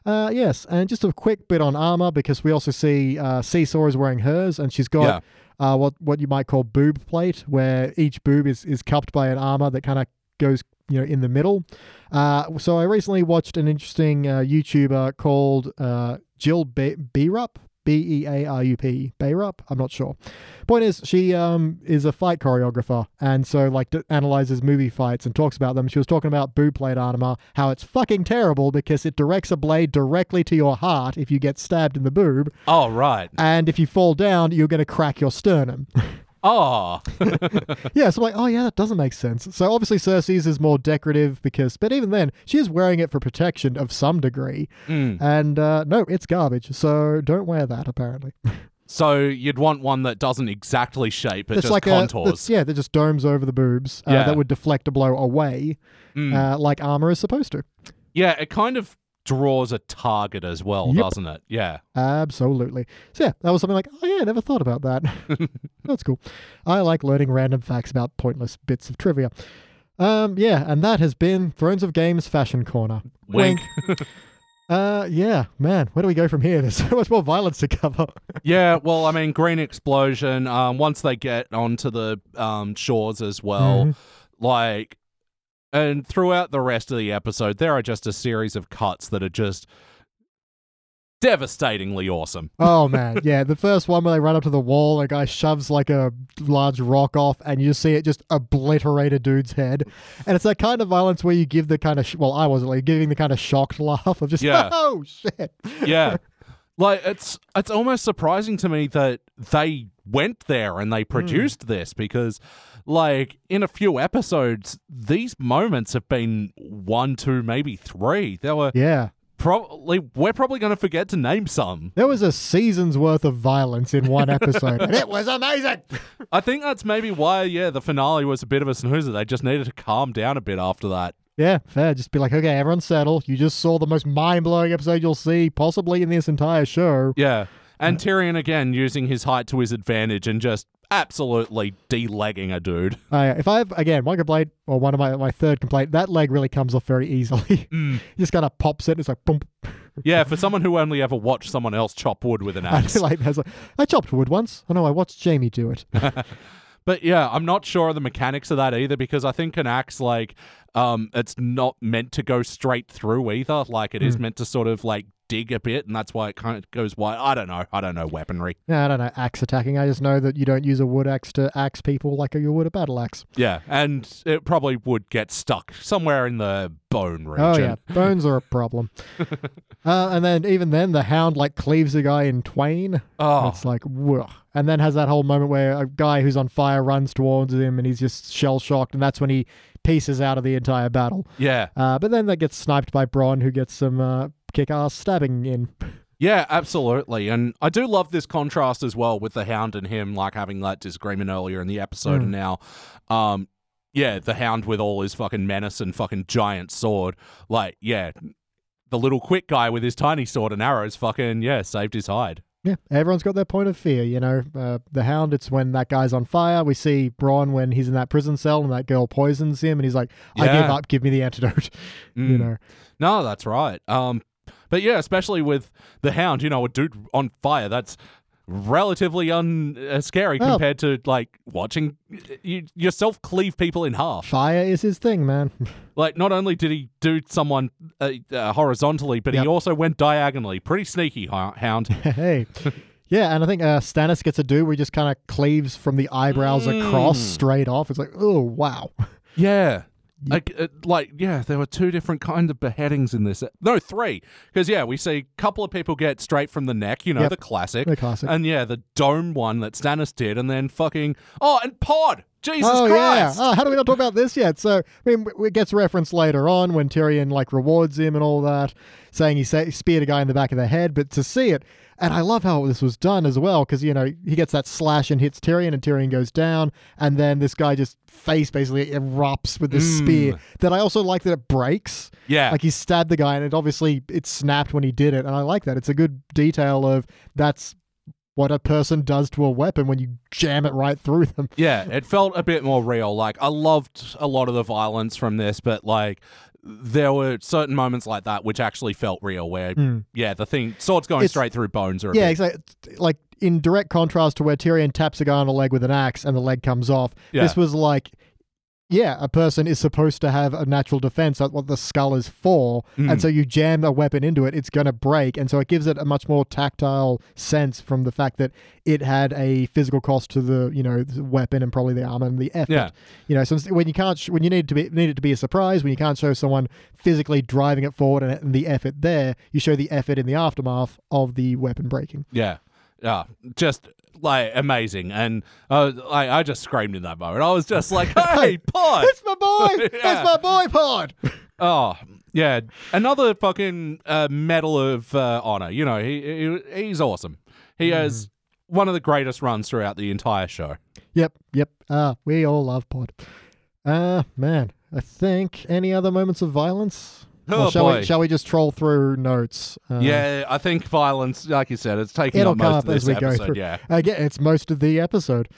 Speaker 1: Uh, yes, and just a quick bit on armor because we also see uh, Seesaw is wearing hers, and she's got uh, what what you might call boob plate, where each boob is is cupped by an armor that kind of goes you know in the middle. Uh, so I recently watched an interesting uh, YouTuber called uh, Jill Be- Bearup. B E A R U P, Bayrup. I'm not sure. Point is, she um, is a fight choreographer, and so like d- analyzes movie fights and talks about them. She was talking about boo plate armor, how it's fucking terrible because it directs a blade directly to your heart if you get stabbed in the boob,
Speaker 2: Oh, right.
Speaker 1: and if you fall down, you're going to crack your sternum.
Speaker 2: Oh.
Speaker 1: yeah, so I'm like, oh yeah, that doesn't make sense. So obviously Cersei's is more decorative because, but even then, she is wearing it for protection of some degree.
Speaker 2: Mm.
Speaker 1: And uh, no, it's garbage. So don't wear that. Apparently,
Speaker 2: So you'd want one that doesn't exactly shape, it
Speaker 1: it's
Speaker 2: just
Speaker 1: like a
Speaker 2: contours.
Speaker 1: that's- yeah, that just domes over the boobs uh,
Speaker 2: Yeah.
Speaker 1: that would deflect a blow away,
Speaker 2: Mm.
Speaker 1: uh, like armor is supposed to.
Speaker 2: Yeah, it kind of draws a target as well,
Speaker 1: Yep.
Speaker 2: doesn't it? Yeah.
Speaker 1: Absolutely. So yeah, that was something like, oh yeah, I never thought about that. That's cool. I like learning random facts about pointless bits of trivia. Um, yeah, and that has been Thrones of Games Fashion Corner.
Speaker 2: Wink.
Speaker 1: Uh, yeah, man, where do we go from here? There's so much more violence to cover.
Speaker 2: yeah, well, I mean, Green Explosion, um, once they get onto the um, shores as well, like, and throughout the rest of the episode, there are just a series of cuts that are just devastatingly awesome.
Speaker 1: Oh man, yeah. The first one where they run up to the wall, a guy shoves like a large rock off, and you just see it just obliterate a dude's head. And it's that kind of violence where you give the kind of sh- well, I was like giving the kind of shocked laugh of just
Speaker 2: Yeah.
Speaker 1: oh shit.
Speaker 2: Yeah. Like it's it's almost surprising to me that they went there and they produced this because like in a few episodes these moments have been one, two, maybe three. There were
Speaker 1: Yeah,
Speaker 2: probably we're probably going to forget to name some.
Speaker 1: there was a season's worth of violence in one episode, and it was amazing.
Speaker 2: I think that's maybe why yeah, the finale was a bit of a snoozer. They just needed to calm down a bit after that.
Speaker 1: Yeah, fair. Just be like, okay, everyone settle. You just saw the most mind blowing episode you'll see possibly in this entire show.
Speaker 2: Yeah. And Tyrion again using his height to his advantage and just absolutely delegging a dude.
Speaker 1: Uh, if I have again one complaint or one of my my third complaint, that leg really comes off very easily. just kind of pops it. It's like boom.
Speaker 2: Yeah, for someone who only ever watched someone else chop wood with an
Speaker 1: I
Speaker 2: axe.
Speaker 1: feel like that's like I chopped wood once. I know I watched Jamie do it.
Speaker 2: But yeah, I'm not sure of the mechanics of that either because I think an axe like um it's not meant to go straight through either. Like it is
Speaker 1: Hmm.
Speaker 2: meant to sort of like dig a bit and that's why it kind of goes wide. I don't know. I don't know weaponry.
Speaker 1: No, I don't know axe attacking. I just know that you don't use a wood axe to axe people like you would a battle axe.
Speaker 2: Yeah, and it probably would get stuck somewhere in the bone region.
Speaker 1: Oh yeah, bones are a problem. uh, and then even then, the hound like cleaves a guy in twain.
Speaker 2: Oh.
Speaker 1: It's like, whoa. And then has that whole moment where a guy who's on fire runs towards him and he's just shell shocked, and that's when he pieces out of the entire battle.
Speaker 2: Yeah.
Speaker 1: Uh, but then that gets sniped by Bronn, who gets some uh, kick ass stabbing in.
Speaker 2: Yeah, absolutely. And I do love this contrast as well with the hound and him, like having that disagreement earlier in the episode and
Speaker 1: Mm.
Speaker 2: now. Um, yeah, the hound with all his fucking menace and fucking giant sword. Like, yeah, the little quick guy with his tiny sword and arrows fucking, yeah, saved his hide.
Speaker 1: Yeah, everyone's got their point of fear, you know. Uh, the Hound, it's when that guy's on fire. We see Braun when he's in that prison cell and that girl poisons him, and he's like, "I give
Speaker 2: Yeah.
Speaker 1: up, give me the antidote." You
Speaker 2: Mm.
Speaker 1: know,
Speaker 2: No, that's right. Um, but yeah, especially with the hound, you know, a dude on fire, that's relatively un uh, scary
Speaker 1: Well-
Speaker 2: compared to like watching you, yourself cleave people in half.
Speaker 1: fire is his thing, man.
Speaker 2: Like, not only did he do someone uh, uh, horizontally, but
Speaker 1: Yep.
Speaker 2: he also went diagonally. Pretty sneaky, ho- hound.
Speaker 1: hey, yeah, and I think uh, Stannis gets a do where he just kind of cleaves from the eyebrows across
Speaker 2: Mm.
Speaker 1: straight off. It's like, oh wow,
Speaker 2: yeah. Like, uh, like, yeah, there were two different kind of beheadings in this. No, three. Because, yeah, we see a couple of people get straight from the neck, you know,
Speaker 1: Yep.
Speaker 2: the classic.
Speaker 1: The classic.
Speaker 2: And, yeah, the dome one that Stannis did, and then fucking. Oh, and Pod! Jesus
Speaker 1: oh yeah.
Speaker 2: Christ!
Speaker 1: Oh, how do we not talk about this yet? So I mean, w- it gets referenced later on when Tyrion like rewards him and all that, saying he sa- speared a guy in the back of the head. But to see it, and I love how this was done as well because you know he gets that slash and hits Tyrion, and Tyrion goes down, and then this guy just face basically erupts with this
Speaker 2: Mm.
Speaker 1: spear. That I also like that it breaks.
Speaker 2: Yeah.
Speaker 1: Like he stabbed the guy, and it obviously it snapped when he did it, and I like that. It's a good detail of that's what a person does to a weapon when you jam it right through them.
Speaker 2: Yeah, it felt a bit more real. Like I loved a lot of the violence from this, but like there were certain moments like that which actually felt real. Where yeah, the thing swords going
Speaker 1: It's-
Speaker 2: straight through bones or
Speaker 1: Yeah, exactly. Like in direct contrast to where Tyrion taps a guy on the leg with an axe and the leg comes off.
Speaker 2: Yeah.
Speaker 1: This was like, yeah, a person is supposed to have a natural defense. That's what the skull is for.
Speaker 2: Hmm.
Speaker 1: And so you jam a weapon into it, it's going to break. And so it gives it a much more tactile sense from the fact that it had a physical cost to the you know the weapon and probably the armor and the effort.
Speaker 2: Yeah.
Speaker 1: You know, so it's- when you can't, sh- when you need to be need it to be a surprise, when you can't show someone physically driving it forward and- and the effort there, you show the effort in the aftermath of the weapon breaking.
Speaker 2: Yeah, yeah, just like amazing. And uh, I, I just screamed in that moment. I was just like, "Hey, pod!"
Speaker 1: That's my boy.
Speaker 2: Yeah.
Speaker 1: That's my boy pod.
Speaker 2: Oh yeah, another fucking uh, medal of uh, honor. You know, he, he he's awesome. He
Speaker 1: Mm.
Speaker 2: has one of the greatest runs throughout the entire show.
Speaker 1: Yep, yep. Ah, we all love pod. Ah, man. I think any other moments of violence?
Speaker 2: Oh,
Speaker 1: shall
Speaker 2: boy.
Speaker 1: we shall we just troll through notes? Uh,
Speaker 2: Yeah, I think violence, like you said, it's taking
Speaker 1: It'll
Speaker 2: up most
Speaker 1: come
Speaker 2: of
Speaker 1: up as
Speaker 2: this
Speaker 1: we go
Speaker 2: episode.
Speaker 1: through.
Speaker 2: Yeah,
Speaker 1: Again, it's most of the episode.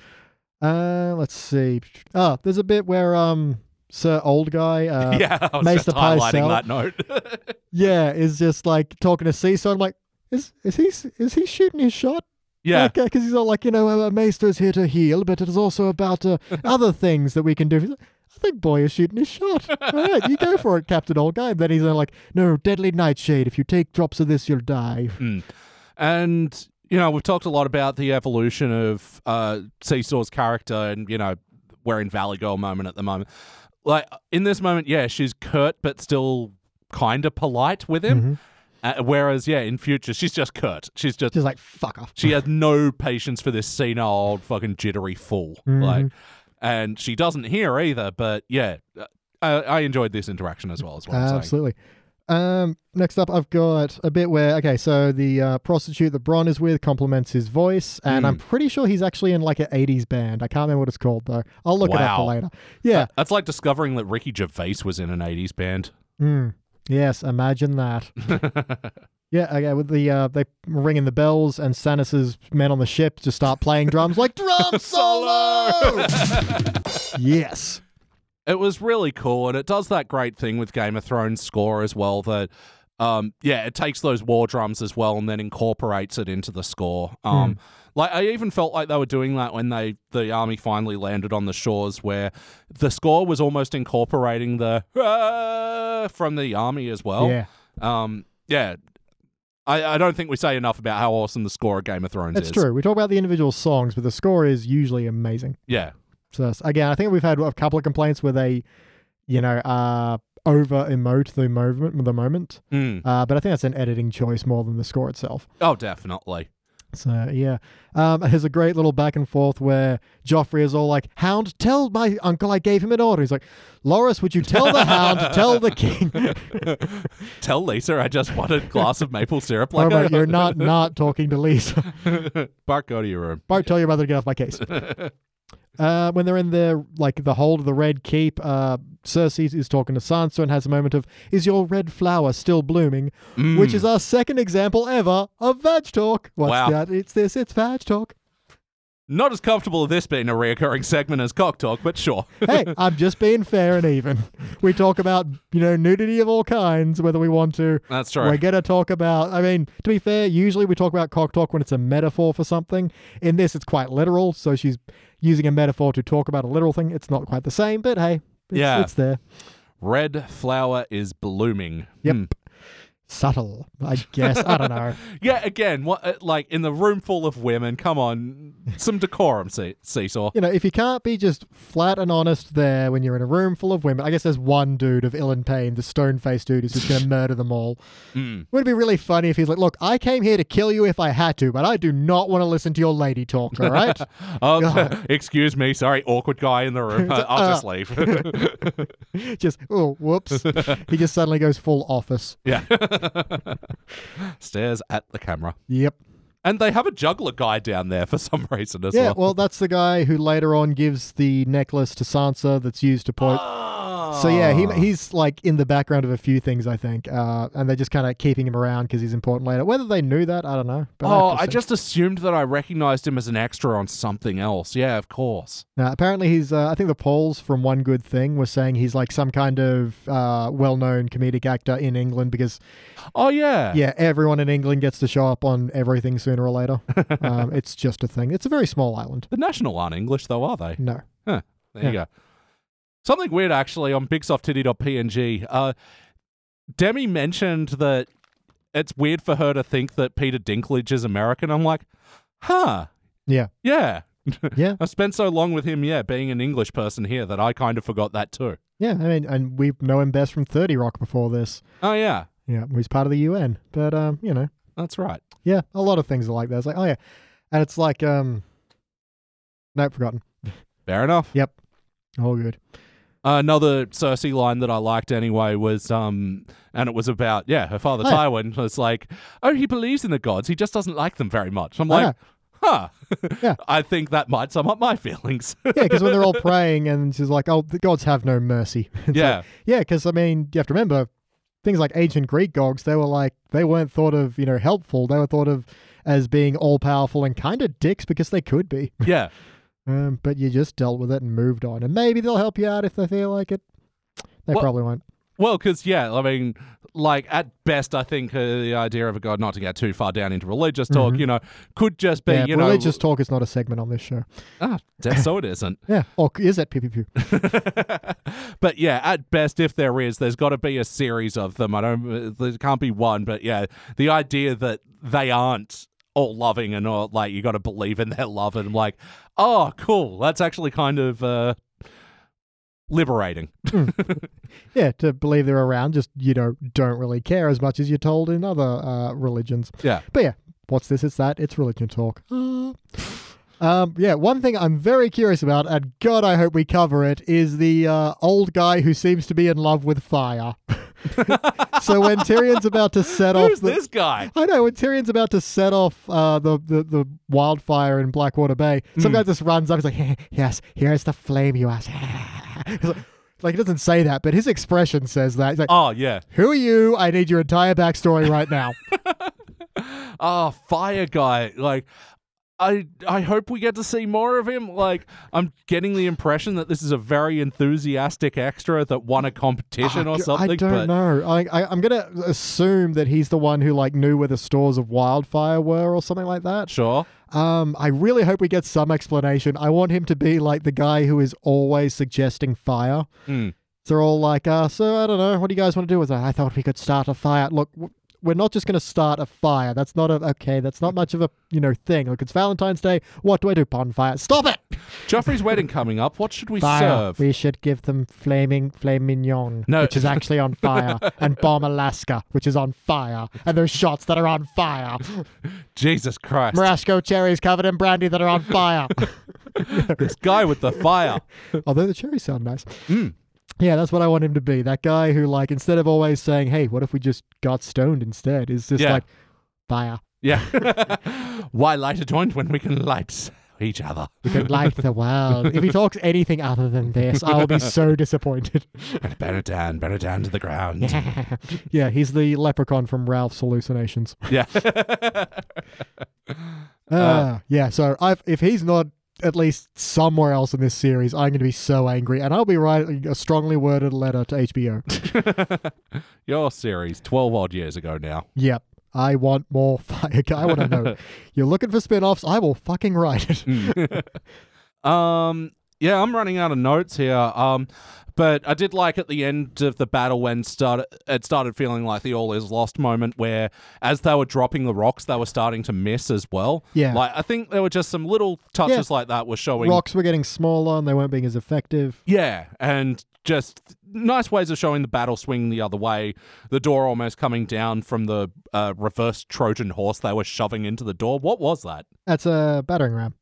Speaker 1: Uh, let's see. Ah, there's a bit where um Sir Old Guy uh,
Speaker 2: yeah, I was
Speaker 1: Maester
Speaker 2: just highlighting
Speaker 1: Pycelle.
Speaker 2: that note.
Speaker 1: yeah, is just like talking to Seesaw. I'm like, is is he is he shooting his shot?
Speaker 2: yeah,
Speaker 1: Because he's all like, you know, uh, Maester's here to heal, but it is also about uh, other uh, things that we can do. He's like, I think boy is shooting his shot. All right, you go for it, Captain Old Guy. And then he's uh, like, no, deadly nightshade. If you take drops of this, you'll die.
Speaker 2: Mm. And you know, we've talked a lot about the evolution of uh, Seesaw's character, and you know, we're in Valley Girl moment at the moment. Like in this moment, yeah, she's curt but still kind of polite with
Speaker 1: Mm-hmm.
Speaker 2: him. Uh, whereas, yeah, in future, she's just curt. She's just
Speaker 1: Just like, fuck off.
Speaker 2: she has no patience for this senile old fucking jittery fool. Like, and she doesn't hear either. But yeah, uh, I, I enjoyed this interaction as well. As well.
Speaker 1: Absolutely. Um, next up, I've got a bit where okay, so the uh, prostitute that Bron is with compliments his voice, and
Speaker 2: Mm.
Speaker 1: I'm pretty sure he's actually in like an '80s band. I can't remember what it's called though. I'll look it up for
Speaker 2: Wow.
Speaker 1: later. Yeah.
Speaker 2: That's like discovering that Ricky Gervais was in an '80s band.
Speaker 1: Mm. Yes. Imagine that. yeah. Okay. With the uh, they ringing the bells, and Stannis's men on the ship just start playing drums like drum solo. yes.
Speaker 2: it was really cool and it does that great thing with game of thrones score as well that um, yeah it takes those war drums as well and then incorporates it into the score
Speaker 1: Hmm.
Speaker 2: um, like i even felt like they were doing that when they the army finally landed on the shores where the score was almost incorporating the "Ah!" from the army as well
Speaker 1: yeah.
Speaker 2: um, yeah I, I don't think we say enough about how awesome the score of game of thrones
Speaker 1: That's
Speaker 2: is
Speaker 1: true. We talk about the individual songs, but the score is usually amazing.
Speaker 2: yeah
Speaker 1: So that's- again, I think we've had a couple of complaints where they, you know, uh, over emote the moment, the moment.
Speaker 2: Mm.
Speaker 1: Uh, but I think that's an editing choice more than the score itself.
Speaker 2: oh definitely
Speaker 1: So yeah, um, there's a great little back and forth where Joffrey is all like, "Hound, tell my uncle I gave him an order." He's like, "Loris, would you tell the hound, tell the king?"
Speaker 2: tell lisa i just want a glass of maple syrup
Speaker 1: All
Speaker 2: like I-
Speaker 1: right, you're not not talking to Lisa.
Speaker 2: Bart, go to your room.
Speaker 1: Bart, tell your mother to get off my case. Uh, when they're in the like the hold of the Red Keep, uh, Cersei is talking to Sansa and has a moment of "Is your red flower still blooming?" which is our second example ever of vag talk. What's
Speaker 2: Hmm. Wow.
Speaker 1: that? It's this. It's vag talk.
Speaker 2: Not as comfortable with this being a reoccurring segment as cock talk, but sure.
Speaker 1: Hey, I'm just being fair and even. We talk about you know nudity of all kinds, whether we want to.
Speaker 2: That's true.
Speaker 1: We're gonna talk about. I mean, to be fair, usually we talk about cock talk when it's a metaphor for something. In this, it's quite literal. So she's using a metaphor to talk about a literal thing. It's not quite the same, but hey, it's,
Speaker 2: Yeah.
Speaker 1: it's there.
Speaker 2: Red flower is blooming.
Speaker 1: Yep.
Speaker 2: Hmm.
Speaker 1: Subtle, I guess. I don't know.
Speaker 2: Yeah, again, what uh, like in the room full of women, come on, some decorum, see- Seesaw.
Speaker 1: You know, if you can't be just flat and honest there when you're in a room full of women, I guess there's one dude of ill and pain, the stone faced dude who's just going to murder them all. Would it be really funny if he's like, Look, I came here to kill you if I had to, but I do not want to listen to your lady talk, all right?
Speaker 2: Oh,
Speaker 1: God.
Speaker 2: excuse me, sorry, awkward guy in the room. Uh, I'll just leave.
Speaker 1: just, oh, whoops. he just suddenly goes full office.
Speaker 2: yeah. Stares at the camera.
Speaker 1: Yep.
Speaker 2: And they have a juggler guy down there for some reason as
Speaker 1: Yeah,
Speaker 2: well.
Speaker 1: well, that's the guy who later on gives the necklace to Sansa that's used to point. So yeah,
Speaker 2: Oh.
Speaker 1: he, he's like in the background of a few things, I think, uh, and they're just kind of keeping him around because he's important later. Whether they knew that, I don't know. But
Speaker 2: Oh,
Speaker 1: have to
Speaker 2: I
Speaker 1: see.
Speaker 2: just assumed that I recognized him as an extra on something else. Yeah, of course.
Speaker 1: Now, apparently he's. Uh, I think the polls from One Good Thing were saying he's like some kind of uh, well-known comedic actor in England because
Speaker 2: Oh yeah.
Speaker 1: yeah, everyone in England gets to show up on everything sooner or later. um, it's just a thing. It's a very small island.
Speaker 2: The National aren't English though, are they?
Speaker 1: No.
Speaker 2: Huh. There you go. Something weird actually on bigsoftitty.png. Uh Demi mentioned that it's weird for her to think that Peter Dinklage is American. I'm like, huh.
Speaker 1: Yeah.
Speaker 2: Yeah.
Speaker 1: Yeah.
Speaker 2: I spent so long with him, yeah, being an English person here that I kind of forgot that too.
Speaker 1: Yeah. I mean, and we know him best from Thirty Rock before this.
Speaker 2: Oh yeah.
Speaker 1: Yeah, he's part of the UN, but um, you know,
Speaker 2: That's right.
Speaker 1: yeah, a lot of things are like that. It's like, oh yeah, and it's like um, nope, forgotten.
Speaker 2: Fair enough.
Speaker 1: Yep, all good.
Speaker 2: Another Cersei line that I liked anyway was, um, and it was about, yeah, her father
Speaker 1: Oh, yeah.
Speaker 2: Tywin was like, oh, he believes in the gods, he just doesn't like them very much. I'm
Speaker 1: Oh,
Speaker 2: like, huh.
Speaker 1: Yeah.
Speaker 2: I think that might sum up my feelings.
Speaker 1: Yeah, because when they're all praying and she's like, oh, the gods have no mercy. It's
Speaker 2: yeah.
Speaker 1: like, yeah, because I mean, you have to remember things like ancient Greek gods, they were like, they weren't thought of, you know, helpful. They were thought of as being all powerful and kind of dicks because they could be.
Speaker 2: yeah.
Speaker 1: Um, but you just dealt with it and moved on. And maybe they'll help you out if they feel like it. They
Speaker 2: Well-
Speaker 1: probably won't.
Speaker 2: Well, because yeah, I mean, like at best, I think uh, the idea of a god not to get too far down into religious talk, you know, could just be
Speaker 1: Mm-hmm. Yeah,
Speaker 2: you
Speaker 1: religious
Speaker 2: know,
Speaker 1: talk is not a segment on this show.
Speaker 2: ah, d- so it isn't.
Speaker 1: Yeah. Or is that pew pew pew?
Speaker 2: but yeah, at best, if there is, there's got to be a series of them. I don't, uh, there can't be one. But yeah, the idea that they aren't all loving and all like you got to believe in their love and like, oh, cool, that's actually kind of uh, liberating.
Speaker 1: Yeah, to believe they're around, just, you know, don't really care as much as you're told in other uh, religions.
Speaker 2: Yeah.
Speaker 1: But yeah, what's this? It's that. It's religion talk. Uh, um, yeah, one thing I'm very curious about, and God, I hope we cover it, is the uh, old guy who seems to be in love with fire. so when Tyrion's about to set off
Speaker 2: Who's
Speaker 1: the,
Speaker 2: this guy?
Speaker 1: I know when Tyrion's about to set off uh, the, the the wildfire in Blackwater Bay, some
Speaker 2: Hmm.
Speaker 1: guy just runs up. He's like, "Yes, here is the flame, you ass." He's like, like, he doesn't say that, but his expression says that. He's like,
Speaker 2: Oh yeah.
Speaker 1: "Who are you? I need your entire backstory right now."
Speaker 2: Ah, fire guy. Like, I I hope we get to see more of him. Like, I'm getting the impression that this is a very enthusiastic extra that won a competition
Speaker 1: Ah, I
Speaker 2: or
Speaker 1: d-
Speaker 2: something.
Speaker 1: I don't
Speaker 2: but
Speaker 1: know. I, I, I'm gonna assume that he's the one who like knew where the stores of wildfire were or something like that.
Speaker 2: sure.
Speaker 1: Um, I really hope we get some explanation. I want him to be like the guy who is always suggesting fire.
Speaker 2: Hmm.
Speaker 1: They're all like, uh, so I don't know. What do you guys want to do with that? I thought we could start a fire. Look, w- we're not just going to start a fire. That's not a, okay, that's not much of a, you know, thing. Look, it's Valentine's Day. What do I do? Bonfire. Stop it!
Speaker 2: Joffrey's wedding coming up. What should we
Speaker 1: Fire.
Speaker 2: serve?
Speaker 1: We should give them flaming flame mignon,
Speaker 2: No.
Speaker 1: which is actually on fire, and bomb Alaska, which is on fire, and those shots that are on fire.
Speaker 2: Jesus Christ.
Speaker 1: Marasco cherries covered in brandy that are on fire.
Speaker 2: This guy with the fire.
Speaker 1: Although the cherries sound nice. Yeah, that's what I want him to be. That guy who, like, instead of always saying, hey, what if we just got stoned instead, is just
Speaker 2: Yeah.
Speaker 1: like, fire.
Speaker 2: Yeah. Why light a joint when we can light each other?
Speaker 1: We could light the world. If he talks anything other than this, I'll be so disappointed.
Speaker 2: And burn it down, burn it down to the ground.
Speaker 1: yeah, he's the leprechaun from Ralph's Hallucinations.
Speaker 2: Yeah.
Speaker 1: Uh, yeah, so I've, if he's not at least somewhere else in this series, I'm going to be so angry. And I'll be writing a strongly worded letter to HBO.
Speaker 2: Your series, 12 odd years ago now.
Speaker 1: yep. I want more fire. I want to know. You're looking for spin offs? I will fucking write it.
Speaker 2: Mm, Um, yeah, I'm running out of notes here. Um, but I did like at the end of the battle when started it started feeling like the all is lost moment where as they were dropping the rocks, they were starting to miss as well.
Speaker 1: Yeah.
Speaker 2: like I think there were just some little touches like that were showing.
Speaker 1: Rocks were getting smaller and they weren't being as effective.
Speaker 2: Yeah, and just nice ways of showing the battle swing the other way. The door almost coming down from the uh, reverse Trojan horse they were shoving into the door. What was that?
Speaker 1: That's a battering ram.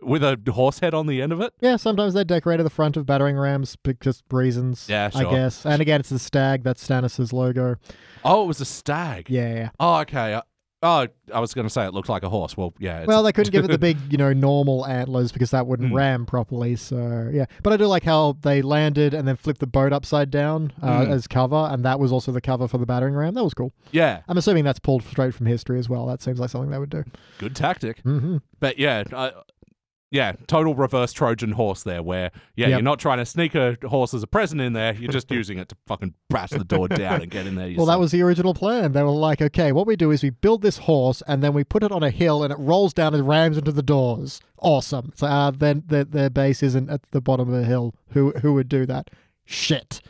Speaker 2: With a horse head on the end of it?
Speaker 1: Yeah, sometimes they decorate the front of battering rams because reasons.
Speaker 2: Yeah,
Speaker 1: I
Speaker 2: sure.
Speaker 1: guess. And again, it's the stag. That's Stannis' logo.
Speaker 2: Oh, it was a stag.
Speaker 1: Yeah. yeah.
Speaker 2: Oh, okay. Uh, Oh, I was going to say it looked like a horse. Well, yeah. it's- Mm.
Speaker 1: Well, they couldn't give it the big, you know, normal antlers because that wouldn't ram properly. So yeah, but I do like how they landed and then flipped the boat upside down uh,
Speaker 2: Mm.
Speaker 1: as cover, and that was also the cover for the battering ram. That was cool.
Speaker 2: yeah,
Speaker 1: I'm assuming that's pulled straight from history as well. That seems like something they would do.
Speaker 2: good tactic.
Speaker 1: hmm
Speaker 2: But yeah, I, yeah, total reverse Trojan horse there. Where
Speaker 1: Yep.
Speaker 2: yeah, you're not trying to sneak a horse as a present in there. You're just using it to fucking bash the door down and get in there.
Speaker 1: Well, that
Speaker 2: yourself.
Speaker 1: was the original plan. They were like, okay, what we do is we build this horse and then we put it on a hill and it rolls down and rams into the doors. Awesome. So uh, then their, their base isn't at the bottom of the hill. Who who would do that? Shit.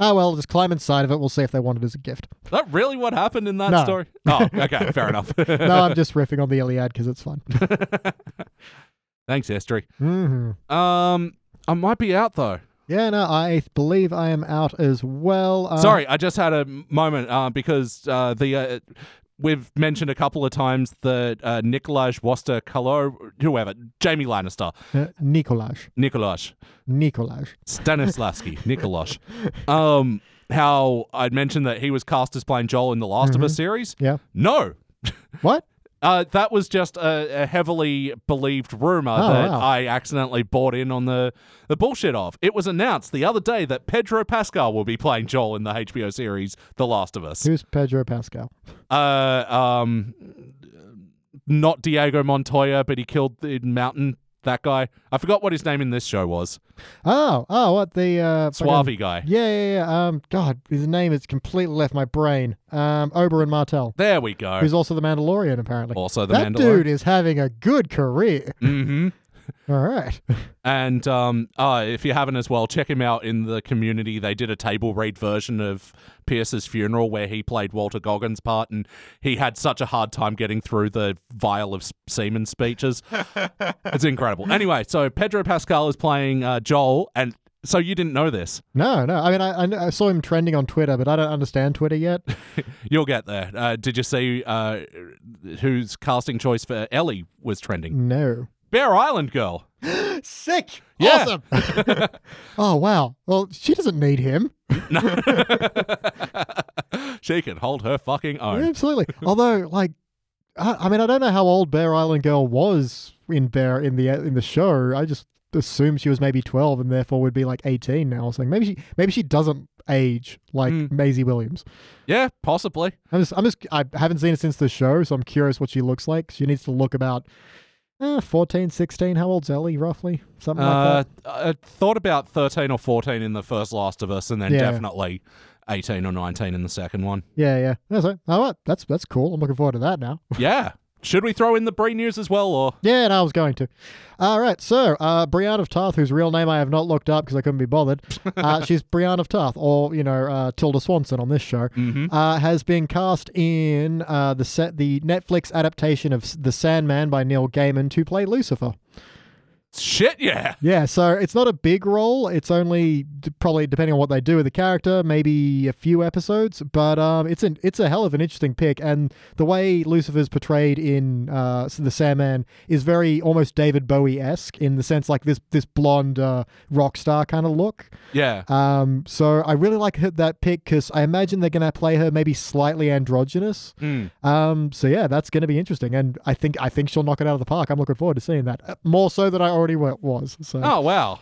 Speaker 1: Oh well, just climb inside of it. We'll see if they want it as a gift.
Speaker 2: Is that really what happened in that
Speaker 1: No.
Speaker 2: story. Oh, okay, fair enough.
Speaker 1: No, I'm just riffing on the Iliad because it's fun.
Speaker 2: Thanks, history.
Speaker 1: hmm
Speaker 2: Um, I might be out though.
Speaker 1: Yeah, no, I believe I am out as well. Uh,
Speaker 2: Sorry, I just had a m- moment uh, because uh, the uh, we've mentioned a couple of times that uh, Nikolaj Woster Kalo, whoever, Jamie Lannister,
Speaker 1: uh, Nikolaj.
Speaker 2: Nikolaj
Speaker 1: Nikolaj.
Speaker 2: Stanislavski, Nikolaj. Um, how I'd mentioned that he was cast as playing Joel in the Last
Speaker 1: Mm-hmm.
Speaker 2: of Us series.
Speaker 1: Yeah.
Speaker 2: No.
Speaker 1: What?
Speaker 2: Uh, that was just a, a heavily believed rumor
Speaker 1: Oh,
Speaker 2: that
Speaker 1: wow.
Speaker 2: I accidentally bought in on the, the bullshit of. It was announced the other day that Pedro Pascal will be playing Joel in the HBO series The Last of Us.
Speaker 1: Who's Pedro Pascal?
Speaker 2: uh, um, not Diego Montoya, but he killed the mountain that guy. I forgot what his name in this show was.
Speaker 1: Oh, oh, what the uh, fucking-
Speaker 2: Suave guy.
Speaker 1: Yeah, yeah, yeah. Um, God, his name has completely left my brain. Um, Oberyn Martell,
Speaker 2: There we go.
Speaker 1: who's also the Mandalorian, apparently.
Speaker 2: also Oh. the
Speaker 1: that
Speaker 2: Mandalorian.
Speaker 1: dude is having a good career.
Speaker 2: Mm-hmm.
Speaker 1: All right.
Speaker 2: And um, uh, if you haven't as well, check him out in the community. They did a table read version of Pierce's funeral where he played Walter Goggins' part, and he had such a hard time getting through the vial of s- semen speeches. it's incredible. Anyway, so Pedro Pascal is playing uh, Joel, and so you didn't know this.
Speaker 1: No, no. I mean, I, I kn- I saw him trending on Twitter, but I don't understand Twitter yet.
Speaker 2: You'll get there. Uh, did you see uh, whose casting choice for Ellie was trending?
Speaker 1: No.
Speaker 2: Bear Island Girl.
Speaker 1: Sick.
Speaker 2: Yeah.
Speaker 1: Awesome. oh wow. Well, she doesn't need him.
Speaker 2: No. she can hold her fucking own.
Speaker 1: Yeah, absolutely. Although, like, I, I mean, I don't know how old Bear Island Girl was in Bear in the in the show. I just assumed she was maybe twelve, and therefore would be like eighteen now or something. Maybe she maybe she doesn't age like
Speaker 2: Mm.
Speaker 1: Maisie Williams.
Speaker 2: Yeah, possibly.
Speaker 1: I'm just I'm just I haven't seen her since the show, so I'm curious what she looks like. She needs to look about. Uh, 14, 16, how old's Ellie roughly? Something like
Speaker 2: Uh,
Speaker 1: that.
Speaker 2: I thought about 13 or 14 in the first Last of Us, and then
Speaker 1: Yeah.
Speaker 2: definitely 18 or 19 in the second one.
Speaker 1: Yeah, yeah. That's like, all right, that's that's cool. I'm looking forward to that now.
Speaker 2: yeah. Should we throw in the Brie news as well, or
Speaker 1: Yeah, and I was going to. All right, so uh, Brienne of Tarth, whose real name I have not looked up because I couldn't be bothered, uh, she's Brienne of Tarth, or you know uh, Tilda Swanson on this show, uh, has been cast in uh, the set the Netflix adaptation of S- The Sandman by Neil Gaiman to play Lucifer.
Speaker 2: shit? Yeah.
Speaker 1: Yeah, so it's not a big role. It's only d- probably depending on what they do with the character, maybe a few episodes. But um, it's an it's a hell of an interesting pick, and the way Lucifer's portrayed in uh, the Sandman is very almost David Bowie esque in the sense like this this blonde uh, rock star kind of look.
Speaker 2: Yeah.
Speaker 1: Um, so I really like her, that pick because I imagine they're gonna play her maybe slightly androgynous.
Speaker 2: Mm.
Speaker 1: Um, so yeah, that's gonna be interesting, and I think I think she'll knock it out of the park. I'm looking forward to seeing that Uh, more so than I already wa- was. So.
Speaker 2: Oh wow.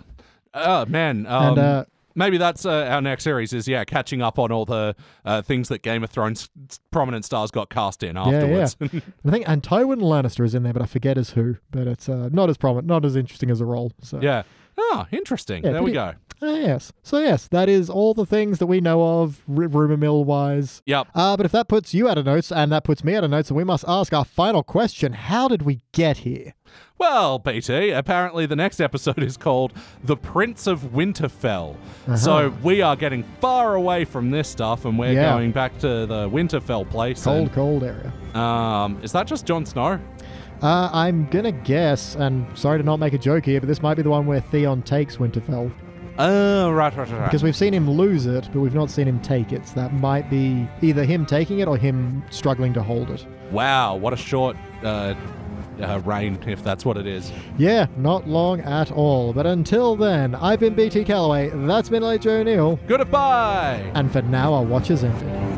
Speaker 2: Oh man. Um,
Speaker 1: And, uh,
Speaker 2: maybe that's uh, our next series. Is yeah, catching up on all the uh, things that Game of Thrones prominent stars got cast in
Speaker 1: yeah,
Speaker 2: afterwards.
Speaker 1: yeah. I think and Tywin Lannister is in there, but I forget as who. But it's uh, not as prominent, not as interesting as a role. So
Speaker 2: Yeah. Oh, interesting.
Speaker 1: Yeah,
Speaker 2: there we
Speaker 1: pretty-
Speaker 2: go.
Speaker 1: Ah, yes. So yes, that is all the things that we know of r- rumor mill wise.
Speaker 2: Yep.
Speaker 1: Uh, but if that puts you out of notes and that puts me out of notes, then we must ask our final question: How did we get here?
Speaker 2: Well, BT, apparently the next episode is called The Prince of Winterfell.
Speaker 1: Uh-huh.
Speaker 2: So we are getting far away from this stuff and we're
Speaker 1: Yeah.
Speaker 2: going back to the Winterfell place.
Speaker 1: Cold, cold area.
Speaker 2: and, um, is that just Jon Snow?
Speaker 1: Uh, I'm gonna guess, and sorry to not make a joke here, but this might be the one where Theon takes Winterfell
Speaker 2: Oh, right, right, right.
Speaker 1: Uh, because
Speaker 2: right.
Speaker 1: we've seen him lose it, but we've not seen him take it. So that might be either him taking it or him struggling to hold it.
Speaker 2: Wow, what a short uh, uh, reign, if that's what it is.
Speaker 1: Yeah, not long at all. But until then, I've been BT Calloway, that's been Late Joe O'Neill,
Speaker 2: Goodbye!
Speaker 1: and for now our watch is ended.